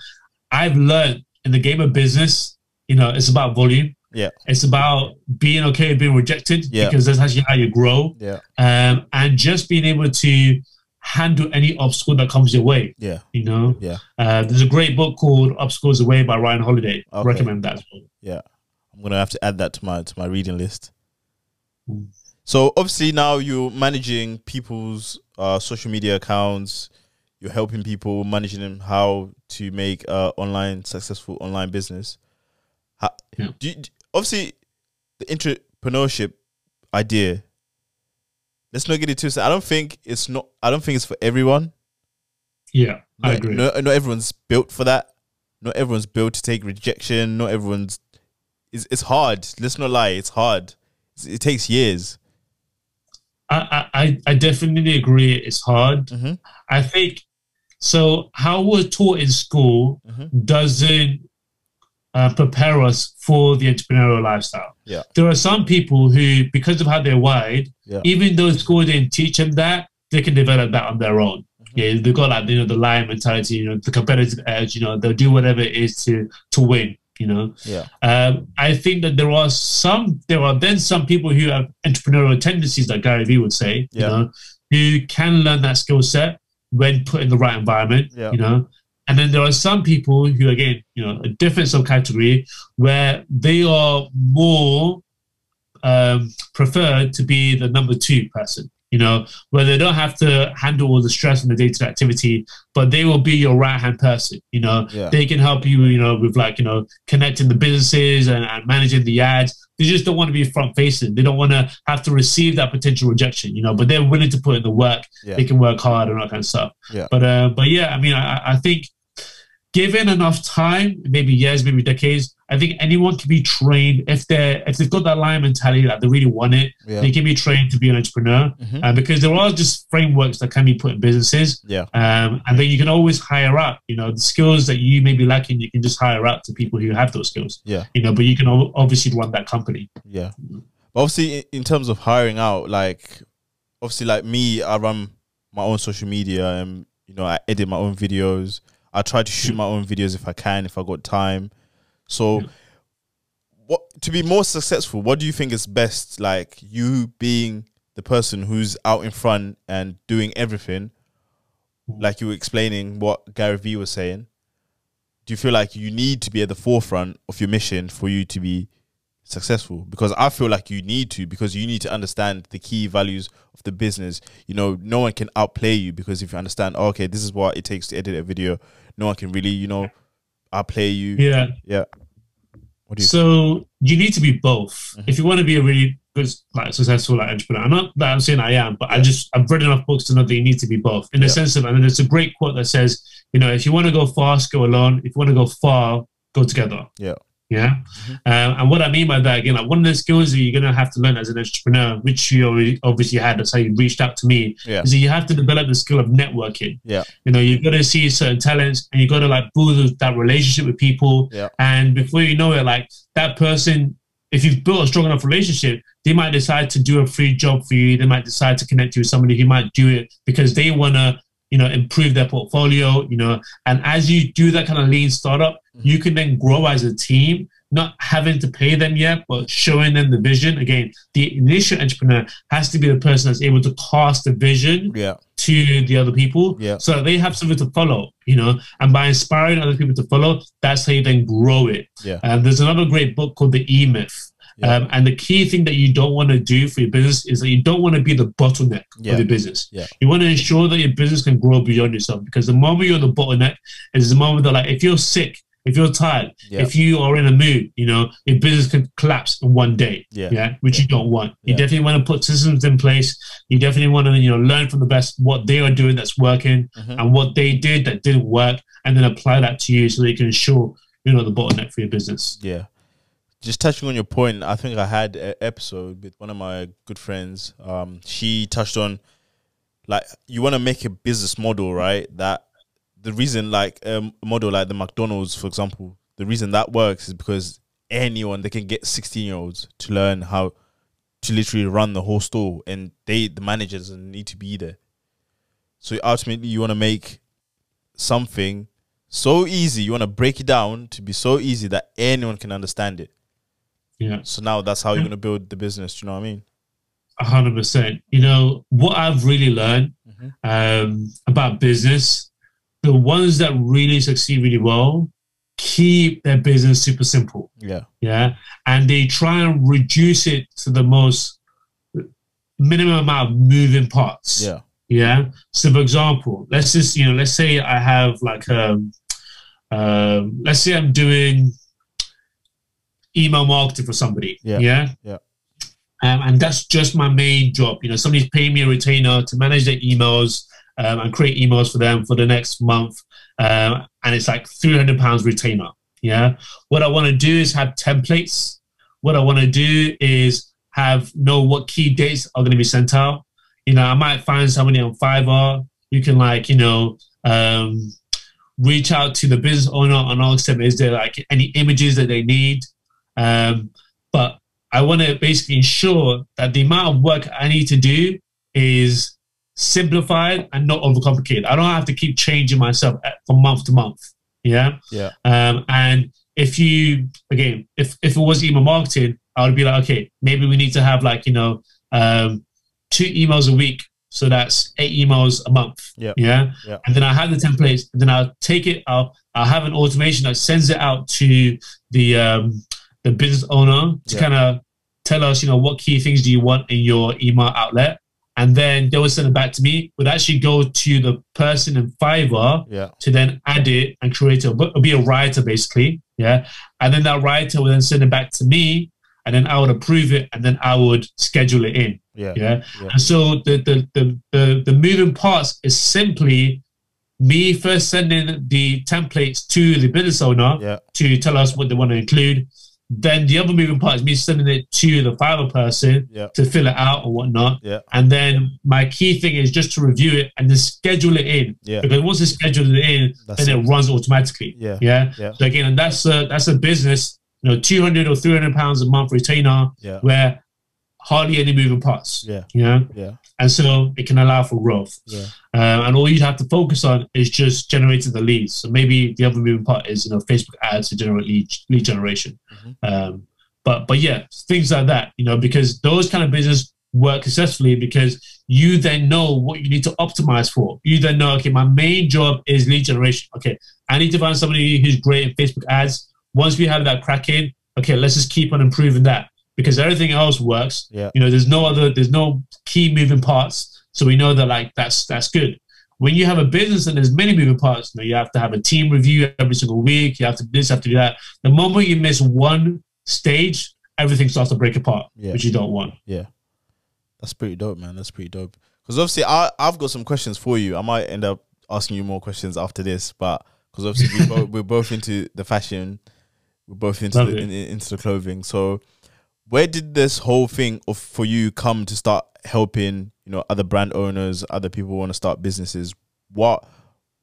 [SPEAKER 1] I've learned in the game of business, you know, it's about volume.
[SPEAKER 2] Yeah.
[SPEAKER 1] It's about being okay with being rejected
[SPEAKER 2] Yeah.
[SPEAKER 1] because that's actually how you grow.
[SPEAKER 2] Yeah.
[SPEAKER 1] Um, and just being able to handle any obstacle that comes your way,
[SPEAKER 2] Yeah.
[SPEAKER 1] you know.
[SPEAKER 2] Yeah.
[SPEAKER 1] Uh, there's a great book called Obstacles Away by Ryan Holiday.
[SPEAKER 2] Okay.
[SPEAKER 1] Recommend that as well.
[SPEAKER 2] I'm gonna have to add that to my to my reading list.
[SPEAKER 1] Mm.
[SPEAKER 2] So obviously now you're managing people's uh, social media accounts. You're helping people, managing them how to make uh, online successful online business. How,
[SPEAKER 1] Yeah.
[SPEAKER 2] do you, do- obviously the entrepreneurship idea. Let's not get it twisted. I don't think it's not. I don't think it's for everyone.
[SPEAKER 1] Yeah, I
[SPEAKER 2] Not-
[SPEAKER 1] agree.
[SPEAKER 2] No, not everyone's built for that. Not everyone's built to take rejection. Not everyone's. It's, it's hard. Let's not lie. It's hard. It's- It takes years.
[SPEAKER 1] I, I, I- I definitely agree. It's hard.
[SPEAKER 2] Mhm.
[SPEAKER 1] I think so. How we're taught in school
[SPEAKER 2] Mhm.
[SPEAKER 1] doesn't uh, prepare us for the entrepreneurial lifestyle.
[SPEAKER 2] Yeah.
[SPEAKER 1] There are some people who, because of how they're wired,
[SPEAKER 2] Yeah.
[SPEAKER 1] even though school didn't teach them that, they can develop that on their own.
[SPEAKER 2] Mm-hmm.
[SPEAKER 1] Yeah, they've got like you know the lion mentality, you know the competitive edge. You know they'll do whatever it is to to win. You know,
[SPEAKER 2] Yeah.
[SPEAKER 1] um, I think that there are some, there are then some people who have entrepreneurial tendencies, like Gary Vee would say,
[SPEAKER 2] Yeah.
[SPEAKER 1] you know, who can learn that skill set when put in the right environment,
[SPEAKER 2] Yeah.
[SPEAKER 1] you know. And then there are some people who, again, you know, a different subcategory where they are more um, preferred to be the number two person, you know, where they don't have to handle all the stress and the day to day activity, but they will be your right hand person, you know
[SPEAKER 2] Yeah.
[SPEAKER 1] they can help you, you know, with like, you know, connecting the businesses and, and managing the ads. They just don't want to be front facing. They don't want to have to receive that potential rejection, you know, but they're willing to put in the work.
[SPEAKER 2] Yeah.
[SPEAKER 1] They can work hard and all that kind of stuff.
[SPEAKER 2] Yeah.
[SPEAKER 1] But, uh, but yeah, I mean, I, I- I think given enough time, maybe years, maybe decades, I think anyone can be trained if they're, if they've got that lion mentality, like they really want it,
[SPEAKER 2] Yeah.
[SPEAKER 1] they can be trained to be an entrepreneur.
[SPEAKER 2] Mhm.
[SPEAKER 1] Uh, because there are just frameworks that can be put in businesses.
[SPEAKER 2] Yeah.
[SPEAKER 1] Um, and then you can always hire up. You know, the skills that you may be lacking, you can just hire up to people who have those skills.
[SPEAKER 2] Yeah.
[SPEAKER 1] You know, but you can o- obviously run that company.
[SPEAKER 2] Yeah. But obviously, in- in terms of hiring out, like, obviously, like me, I run my own social media and, you know, I edit my own videos. I try to shoot my own videos if I can, if I got time. So, what to be more successful, what do you think is best? Like, you being the person who's out in front and doing everything, like you were explaining what Gary Vee was saying. Do you feel like you need to be at the forefront of your mission for you to be successful because I feel like you need to because you need to understand the key values of the business. You know, no one can outplay you because if you understand, oh, okay, this is what it takes to edit a video, no one can really, you know, outplay you. Yeah.
[SPEAKER 1] Yeah.
[SPEAKER 2] What do you?
[SPEAKER 1] So you need to be both.
[SPEAKER 2] Mhm.
[SPEAKER 1] If you want to be a really good, like successful like, entrepreneur, I'm not that I'm saying I am, but I just I've read enough books to know that you need to be both. In the
[SPEAKER 2] Yeah.
[SPEAKER 1] sense of, I mean, there's a great quote that says, you know, if you want to go fast, go alone. If you want to go far, go together.
[SPEAKER 2] Yeah. Mm-hmm.
[SPEAKER 1] Yeah. Um, and what I mean by that, again, like one of the skills that you're going to have to learn as an entrepreneur, which you already obviously had, that's how you reached out to me,
[SPEAKER 2] Yeah.
[SPEAKER 1] is that you have to develop the skill of networking.
[SPEAKER 2] Yeah.
[SPEAKER 1] You know, you've got to see certain talents and you've got to like build that relationship with people.
[SPEAKER 2] Yeah.
[SPEAKER 1] And before you know it, like that person, if you've built a strong enough relationship, they might decide to do a free job for you. They might decide to connect you with somebody who might do it because they want to, you know, improve their portfolio, you know. And as you do that kind of lean startup, you can then grow as a team, not having to pay them yet, but showing them the vision. Again, the initial entrepreneur has to be the person that's able to cast the vision
[SPEAKER 2] yeah.
[SPEAKER 1] to the other people
[SPEAKER 2] Yeah.
[SPEAKER 1] so that they have something to follow you know and by inspiring other people to follow that's how you then grow it
[SPEAKER 2] Yeah.
[SPEAKER 1] um, there's another great book called the e-myth
[SPEAKER 2] Yeah.
[SPEAKER 1] um, and the key thing that you don't want to do for your business is that you don't want to be the bottleneck
[SPEAKER 2] Yeah.
[SPEAKER 1] of your business
[SPEAKER 2] Yeah.
[SPEAKER 1] you want to ensure that your business can grow beyond yourself because the moment you're the bottleneck is the moment that like if you're sick if you're tired
[SPEAKER 2] Yeah.
[SPEAKER 1] if you are in a mood you know your business can collapse in one day
[SPEAKER 2] Yeah.
[SPEAKER 1] yeah, which you don't want. You
[SPEAKER 2] Yeah.
[SPEAKER 1] definitely want to put systems in place. You definitely want to, you know, learn from the best what they are doing that's working
[SPEAKER 2] Mhm.
[SPEAKER 1] and what they did that didn't work, and then apply that to you so that you can ensure you're not the bottleneck for your business.
[SPEAKER 2] Yeah. Just touching on your point, I think I had an episode with one of my good friends. Um, she touched on like you want to make a business model, right? That the reason like um, a model like the McDonald's, for example, the reason that works is because anyone they can get sixteen year olds to learn how to literally run the whole store, and they the managers need to be there. So ultimately, you want to make something so easy. You want to break it down to be so easy that anyone can understand it.
[SPEAKER 1] Yeah.
[SPEAKER 2] So now that's how you're gonna build the business. Do you know what I mean?
[SPEAKER 1] hundred percent. You know what I've really learned
[SPEAKER 2] Mhm.
[SPEAKER 1] um, about business: the ones that really succeed really well keep their business super simple.
[SPEAKER 2] Yeah.
[SPEAKER 1] Yeah, and they try and reduce it to the most minimum amount of moving parts.
[SPEAKER 2] Yeah.
[SPEAKER 1] Yeah. So, for example, let's just you know, let's say I have like um, um let's say I'm doing email marketing for somebody.
[SPEAKER 2] Yeah.
[SPEAKER 1] Yeah.
[SPEAKER 2] Yeah.
[SPEAKER 1] Um, and that's just my main job. You know, somebody's paying me a retainer to manage their emails um, and create emails for them for the next month, um, and it's like three hundred pounds retainer. Yeah. What I want to do is have templates. What I want to do is have know what key dates are going to be sent out you know, I might find somebody on Fiverr. You can like, you know, um, reach out to the business owner and ask them is there like any images that they need. Um, but I want to basically ensure that the amount of work I need to do is simplified and not overcomplicated. I don't have to keep changing myself uh, from month to month. Yeah.
[SPEAKER 2] Yeah.
[SPEAKER 1] Um, and if you again, if if it was email marketing, I would be like, okay, maybe we need to have like you know um, two emails a week. So that's eight emails a month.
[SPEAKER 2] Yeah.
[SPEAKER 1] Yeah.
[SPEAKER 2] Yeah.
[SPEAKER 1] And then I have the templates. And then I'll take it. I'll I'll have an automation that sends it out to the um, the business owner to
[SPEAKER 2] Yeah.
[SPEAKER 1] kind of tell us, you know, what key things do you want in your email outlet, and then they will send it back to me. Would actually go to the person in Fiverr
[SPEAKER 2] Yeah.
[SPEAKER 1] to then add it and create a book, be a writer basically. Yeah. And then that writer will then send it back to me, and then I would approve it, and then I would schedule it in.
[SPEAKER 2] Yeah.
[SPEAKER 1] Yeah.
[SPEAKER 2] Yeah.
[SPEAKER 1] And so the the, the the the moving parts is simply me first sending the templates to the business owner
[SPEAKER 2] Yeah.
[SPEAKER 1] to tell us what they want to include. Then the other moving part is me sending it to the fiber person
[SPEAKER 2] Yeah.
[SPEAKER 1] to fill it out or whatnot.
[SPEAKER 2] Yeah.
[SPEAKER 1] And then my key thing is just to review it and then schedule it in.
[SPEAKER 2] Yeah.
[SPEAKER 1] Because once it's scheduled in,
[SPEAKER 2] That's
[SPEAKER 1] then it runs automatically.
[SPEAKER 2] Yeah.
[SPEAKER 1] Yeah.
[SPEAKER 2] Yeah.
[SPEAKER 1] So again, and that's a, that's a business, you know, 200 or 300 pounds a month retainer
[SPEAKER 2] Yeah.
[SPEAKER 1] where hardly any moving parts.
[SPEAKER 2] Yeah.
[SPEAKER 1] You know?
[SPEAKER 2] Yeah.
[SPEAKER 1] and so it can allow for growth.
[SPEAKER 2] Yeah.
[SPEAKER 1] Um, and all you have to focus on is just generating the leads. So maybe the other moving part is you know Facebook ads to generate lead lead generation.
[SPEAKER 2] Mhm.
[SPEAKER 1] Um, but but yeah, things like that, you know, because those kind of business work successfully because you then know what you need to optimize for. You then know, okay, my main job is lead generation. Okay, I need to find somebody who's great in Facebook ads. Once we have that cracking, okay, let's just keep on improving that because everything else works.
[SPEAKER 2] Yeah.
[SPEAKER 1] You know, there's no other, there's no key moving parts, so we know that like that's that's good. When you have a business and there's many moving parts, you know, you have to have a team review every single week. You have to do this, have to do that. The moment you miss one stage, everything starts to break apart,
[SPEAKER 2] Yeah.
[SPEAKER 1] which you don't want.
[SPEAKER 2] That's pretty dope, man. That's pretty dope. Because obviously, I I've got some questions for you. I might end up asking you more questions after this, but because obviously we both, we're both into the fashion, we're both into
[SPEAKER 1] Love
[SPEAKER 2] the,
[SPEAKER 1] it.
[SPEAKER 2] in, in- into the clothing. So, where did this whole thing of for you come to start helping? You know, other brand owners, other people who want to start businesses. What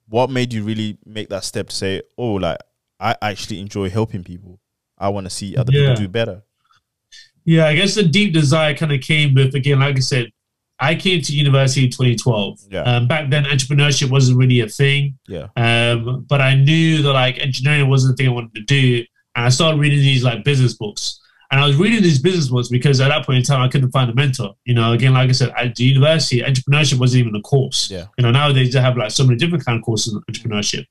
[SPEAKER 2] what made you really make that step to say, oh, like I actually enjoy helping people. I want to see other
[SPEAKER 1] Yeah.
[SPEAKER 2] people do better.
[SPEAKER 1] Yeah, I guess the deep desire kind of came with again, like I said, I came to university in 2012.
[SPEAKER 2] Yeah.
[SPEAKER 1] Um, back then, entrepreneurship wasn't really a thing.
[SPEAKER 2] Yeah.
[SPEAKER 1] Um, but I knew that like engineering wasn't the thing I wanted to do, and I started reading these like business books. And I was reading these business books because at that point in time I couldn't find a mentor. You know, again, like I said, at the university, entrepreneurship wasn't even a course.
[SPEAKER 2] Yeah.
[SPEAKER 1] You know, nowadays they have like so many different kind of courses on entrepreneurship.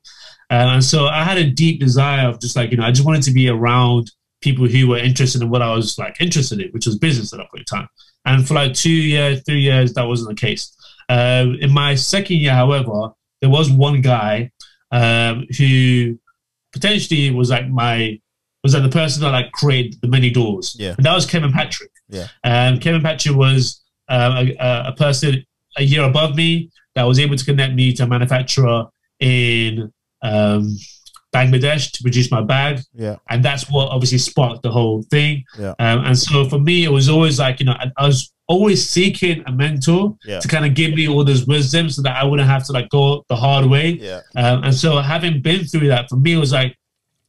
[SPEAKER 1] Um, and so I had a deep desire of just like, you know, I just wanted to be around people who were interested in what I was like interested in, which was business at that point in time. And for like two years, three years, that wasn't the case. Um, in my second year, however, there was one guy um, who potentially was like my was like the person that like created the many doors.
[SPEAKER 2] Yeah.
[SPEAKER 1] And that was Kevin Patrick.
[SPEAKER 2] Yeah.
[SPEAKER 1] Um, Kevin Patrick was um, a- a, a person a year above me that was able to connect me to a manufacturer in um, Bangladesh to produce my bag
[SPEAKER 2] Yeah.
[SPEAKER 1] and that's what obviously sparked the whole thing.
[SPEAKER 2] Yeah.
[SPEAKER 1] Um, and so for me, it was always like you know, I, I was always seeking a mentor
[SPEAKER 2] Yeah.
[SPEAKER 1] to kind of give me all this wisdom, so that I wouldn't have to like go the hard way.
[SPEAKER 2] Yeah.
[SPEAKER 1] Um, and so having been through that, for me, it was like,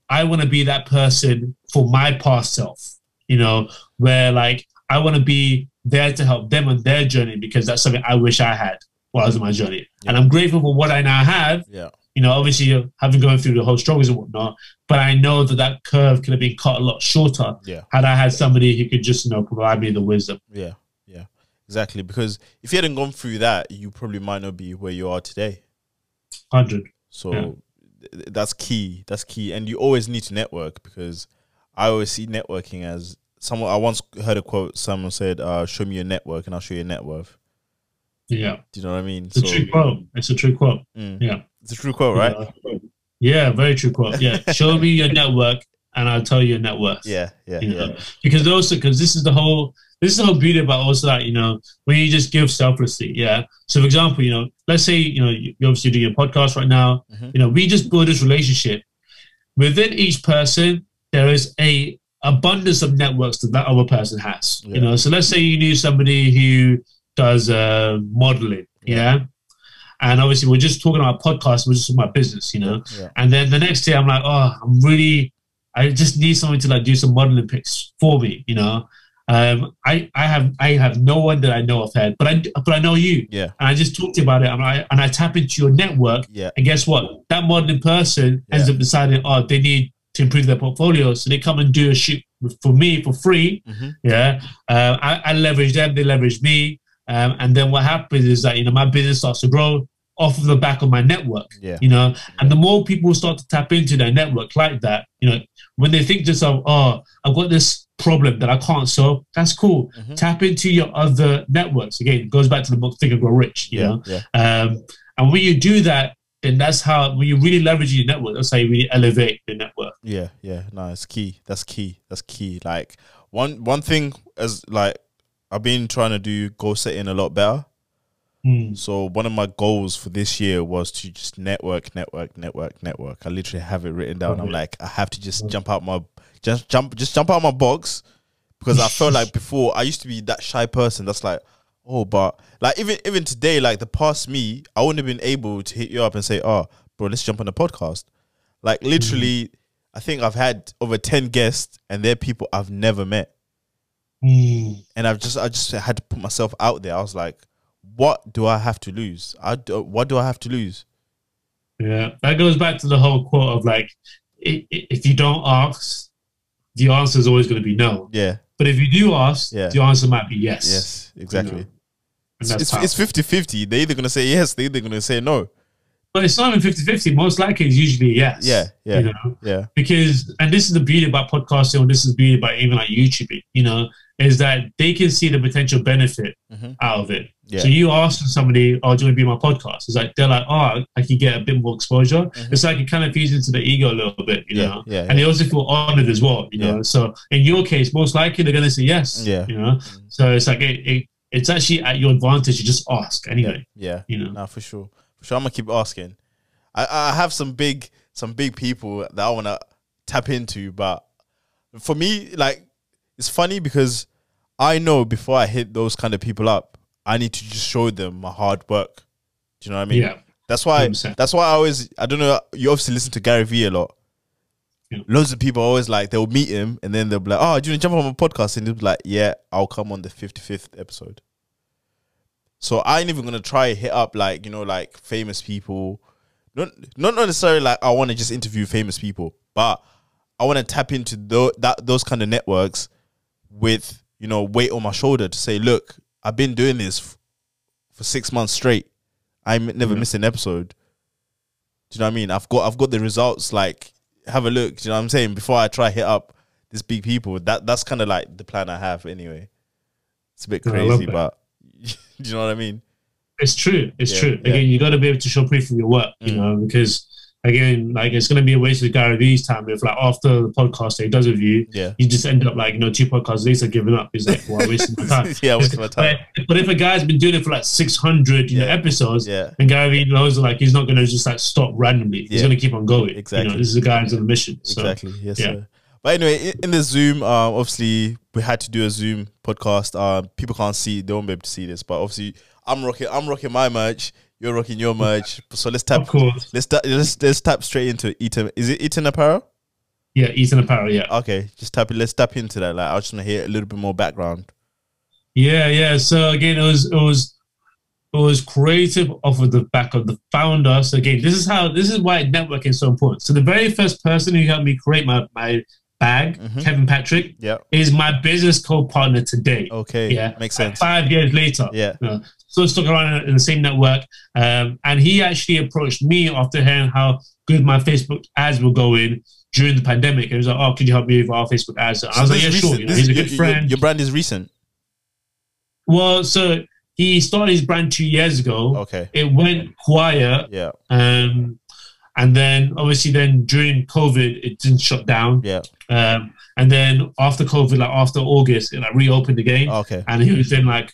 [SPEAKER 1] I want to be that person for my past self, you know, where like I want to be there to help them on their journey because that's something I wish I had while I was on my journey. And I'm grateful for what I now have.
[SPEAKER 2] Yeah.
[SPEAKER 1] You know, obviously, having gone through the whole struggles and whatnot, but I know that that curve could have been cut a lot shorter
[SPEAKER 2] Yeah.
[SPEAKER 1] had I had somebody who could just, you know, provide me the wisdom.
[SPEAKER 2] Yeah. Yeah. Exactly. Because if you hadn't gone through that, you probably might not be where you are today.
[SPEAKER 1] 100.
[SPEAKER 2] So
[SPEAKER 1] Yeah.
[SPEAKER 2] th- that's key. That's key. And you always need to network because I always see networking as someone. I once heard a quote. Someone said, uh, "Show me your network, and I'll show you your net worth."
[SPEAKER 1] Yeah.
[SPEAKER 2] Do you know what I mean?
[SPEAKER 1] It's a true quote. It's a true quote.
[SPEAKER 2] Mm.
[SPEAKER 1] Yeah.
[SPEAKER 2] it's a true quote, right?
[SPEAKER 1] Yeah. Yeah, very true quote.
[SPEAKER 2] <laughs>
[SPEAKER 1] Yeah. Show me your network and I'll tell you your net worth.
[SPEAKER 2] Yeah, yeah,
[SPEAKER 1] You
[SPEAKER 2] yeah,
[SPEAKER 1] know? Because also because this is the whole this is the whole beauty about also that, you know, when you just give selflessly, yeah. So for example, you know, let's say, you know, you- you're obviously doing a podcast right now,
[SPEAKER 2] Mhm.
[SPEAKER 1] you know, we just build this relationship. Within each person, there is a abundance of networks that that other person has.
[SPEAKER 2] Yeah.
[SPEAKER 1] You know, so let's say you knew somebody who does uh, modeling, yeah. And obviously, we're just talking about podcasts. We're just talking about business, you know.
[SPEAKER 2] yeah.
[SPEAKER 1] And then the next day, I'm like, oh, I'm really, I just need someone to like do some modeling pics for me, you know. Um, I, I have I have no one that I know of had, but I but I know you,
[SPEAKER 2] Yeah.
[SPEAKER 1] and I just talked to you about it, and I and I tap into your network,
[SPEAKER 2] yeah.
[SPEAKER 1] and guess what? That modeling person ends
[SPEAKER 2] Yeah.
[SPEAKER 1] up deciding, oh, they need to improve their portfolio, so they come and do a shoot for me for free.
[SPEAKER 2] Mhm.
[SPEAKER 1] Yeah, uh, I, I leverage them, they leverage me, um, and then what happens is that you know my business starts to grow off of the back of my network
[SPEAKER 2] yeah.
[SPEAKER 1] you know and the more people start to tap into their network like that you know when they think to themselves oh i've got this problem that i can't solve that's cool
[SPEAKER 2] Mhm.
[SPEAKER 1] tap into your other networks again it goes back to the book think and grow rich you
[SPEAKER 2] yeah,
[SPEAKER 1] know
[SPEAKER 2] yeah,
[SPEAKER 1] um, and when you do that then that's how when you really leverage your network that's how you really elevate your network
[SPEAKER 2] yeah, yeah. No, it's key. That's key. That's key. Like one one thing as like I've been trying to do goal setting a lot better.
[SPEAKER 1] Mm.
[SPEAKER 2] So one of my goals for this year was to just network, network, network, network. I literally have it written down. I'm
[SPEAKER 1] Lovely.
[SPEAKER 2] like, I have to just jump out my just jump just jump out my box because I felt like before I used to be that shy person. That's like, oh, but like even even today, like the past me, I wouldn't have been able to hit you up and say, oh, bro, let's jump on the podcast. Like literally, I think I've had over ten guests, and they're people I've never met
[SPEAKER 1] Mm.
[SPEAKER 2] and I've just I just had to put myself out there. I was like, what do I have to lose? I do, what do I have to lose?
[SPEAKER 1] yeah that goes back to the whole quote of like i- i- if you don't ask the answer is always going to be no
[SPEAKER 2] Yeah,
[SPEAKER 1] but if you do ask
[SPEAKER 2] Yeah.
[SPEAKER 1] the answer might be yes
[SPEAKER 2] yes, exactly.
[SPEAKER 1] and
[SPEAKER 2] It's,
[SPEAKER 1] that's
[SPEAKER 2] it's,
[SPEAKER 1] powerful.
[SPEAKER 2] it's 50-50. They're either gonna say yes, they're either gonna say no.
[SPEAKER 1] But it's not even 50 50. Most likely it's usually yes.
[SPEAKER 2] Yeah, yeah.
[SPEAKER 1] You know,
[SPEAKER 2] Yeah,
[SPEAKER 1] because, and this is the beauty about podcasting, or this is the beauty about even like YouTubing, you know, is that they can see the potential benefit
[SPEAKER 2] Mhm.
[SPEAKER 1] out of it. Mm-hmm.
[SPEAKER 2] yeah,
[SPEAKER 1] So you ask somebody, oh, do you want to be on my podcast? It's like, they're like, oh, I can get a bit more exposure.
[SPEAKER 2] Mhm.
[SPEAKER 1] It's like it kind of feeds into the ego a little bit, you
[SPEAKER 2] yeah,
[SPEAKER 1] know.
[SPEAKER 2] yeah,
[SPEAKER 1] And they also feel honored as well, you know. So in your case, most likely they're going to say yes.
[SPEAKER 2] Yeah.
[SPEAKER 1] You know, so it's like, it, it, it's actually at your advantage to just ask anyway,
[SPEAKER 2] yeah.
[SPEAKER 1] you know.
[SPEAKER 2] Nah, for sure, for sure. I'm gonna keep asking. I I have some big some big people that I wanna tap into, but for me, like it's funny because I know before I hit those kind of people up, I need to just show them my hard work. Do you know what I mean?
[SPEAKER 1] Yeah.
[SPEAKER 2] That's why.
[SPEAKER 1] 100%.
[SPEAKER 2] That's why I always. I don't know. You obviously listen to Gary Vee a lot.
[SPEAKER 1] Yeah.
[SPEAKER 2] Loads of people always like they'll meet him and then they'll be like, "Oh, do you want to jump on my podcast?" And he'll be like, "Yeah, I'll come on the fifty fifth episode." So I ain't even gonna try and hit up like you know like famous people. Not not necessarily like I want to just interview famous people, but I want to tap into tho- that those kind of networks with you know weight on my shoulder to say, "Look, I've been doing this f- for six months straight. I m- never
[SPEAKER 1] Yeah.
[SPEAKER 2] miss an episode. Do you know what I mean? I've got I've got the results. Like, have a look. Do you know what I'm saying? Before I try hit up these big people, that that's kind of like the plan I have anyway. It's a bit
[SPEAKER 1] Yeah, I love
[SPEAKER 2] crazy,
[SPEAKER 1] that.
[SPEAKER 2] but <laughs> do you know what I mean?
[SPEAKER 1] It's true. It's
[SPEAKER 2] Yeah,
[SPEAKER 1] true.
[SPEAKER 2] yeah.
[SPEAKER 1] Again, you got to be able to show proof of your work, you
[SPEAKER 2] Mm.
[SPEAKER 1] know, because again, like it's going to be a waste of Gary Vee's time if, like, after the podcast that he does with you,
[SPEAKER 2] Yeah,
[SPEAKER 1] you just end up like, you know, two podcasts later giving up. It's like, well, I wasted my time.
[SPEAKER 2] <laughs> yeah, wasting
[SPEAKER 1] <laughs>
[SPEAKER 2] my <laughs> time.
[SPEAKER 1] But, but if a guy's been doing it for like 600 you know,
[SPEAKER 2] Yeah.
[SPEAKER 1] episodes,
[SPEAKER 2] Yeah,
[SPEAKER 1] and Gary Vee knows, like, he's not going to just like stop randomly. He's
[SPEAKER 2] Yeah.
[SPEAKER 1] going to keep on going. You
[SPEAKER 2] Exactly.
[SPEAKER 1] know, this is a guy who's on a mission. So,
[SPEAKER 2] exactly. Yes,
[SPEAKER 1] yeah.
[SPEAKER 2] sir. But anyway, in, in the Zoom, um, obviously we had to do a Zoom podcast. Um, people can't see; they won't be able to see this. But obviously, I'm rocking. I'm rocking my merch. You're rocking your merch. So let's tap.
[SPEAKER 1] of course.
[SPEAKER 2] Let's, ta- let's let's tap straight into Eaton. Is it Eaton Apparel?
[SPEAKER 1] Yeah, Ethan Apparel. Yeah.
[SPEAKER 2] Okay, just tap. Let's tap into that. Like I just want to hear a little bit more background
[SPEAKER 1] Yeah, yeah. So again, it was it was it was creative off of the back of the founder. So again, this is how this is why networking is so important. So the very first person who helped me create my my bag,
[SPEAKER 2] Mhm.
[SPEAKER 1] Kevin Patrick,
[SPEAKER 2] Yeah.
[SPEAKER 1] is my business co-partner today.
[SPEAKER 2] Okay.
[SPEAKER 1] Yeah,
[SPEAKER 2] Makes
[SPEAKER 1] <laughs>
[SPEAKER 2] sense.
[SPEAKER 1] Five years later.
[SPEAKER 2] Yeah.
[SPEAKER 1] No. So stuck around in the same network, um, and he actually approached me after hearing how good my Facebook ads were going during the pandemic. And he was like, "Oh, could you help me with our Facebook ads?" And I was
[SPEAKER 2] So
[SPEAKER 1] like,
[SPEAKER 2] this
[SPEAKER 1] "Yeah,
[SPEAKER 2] is
[SPEAKER 1] sure."
[SPEAKER 2] recent.
[SPEAKER 1] You know,
[SPEAKER 2] This
[SPEAKER 1] he's a
[SPEAKER 2] is-
[SPEAKER 1] good
[SPEAKER 2] your- your-
[SPEAKER 1] friend.
[SPEAKER 2] Your brand is recent.
[SPEAKER 1] Well, so he started his brand two years ago.
[SPEAKER 2] Okay.
[SPEAKER 1] It went quiet,
[SPEAKER 2] Yeah.
[SPEAKER 1] um, and then obviously, then during COVID, it didn't shut down.
[SPEAKER 2] Yeah.
[SPEAKER 1] Um, and then after COVID, like after August, it like reopened again
[SPEAKER 2] Okay.
[SPEAKER 1] and he was then like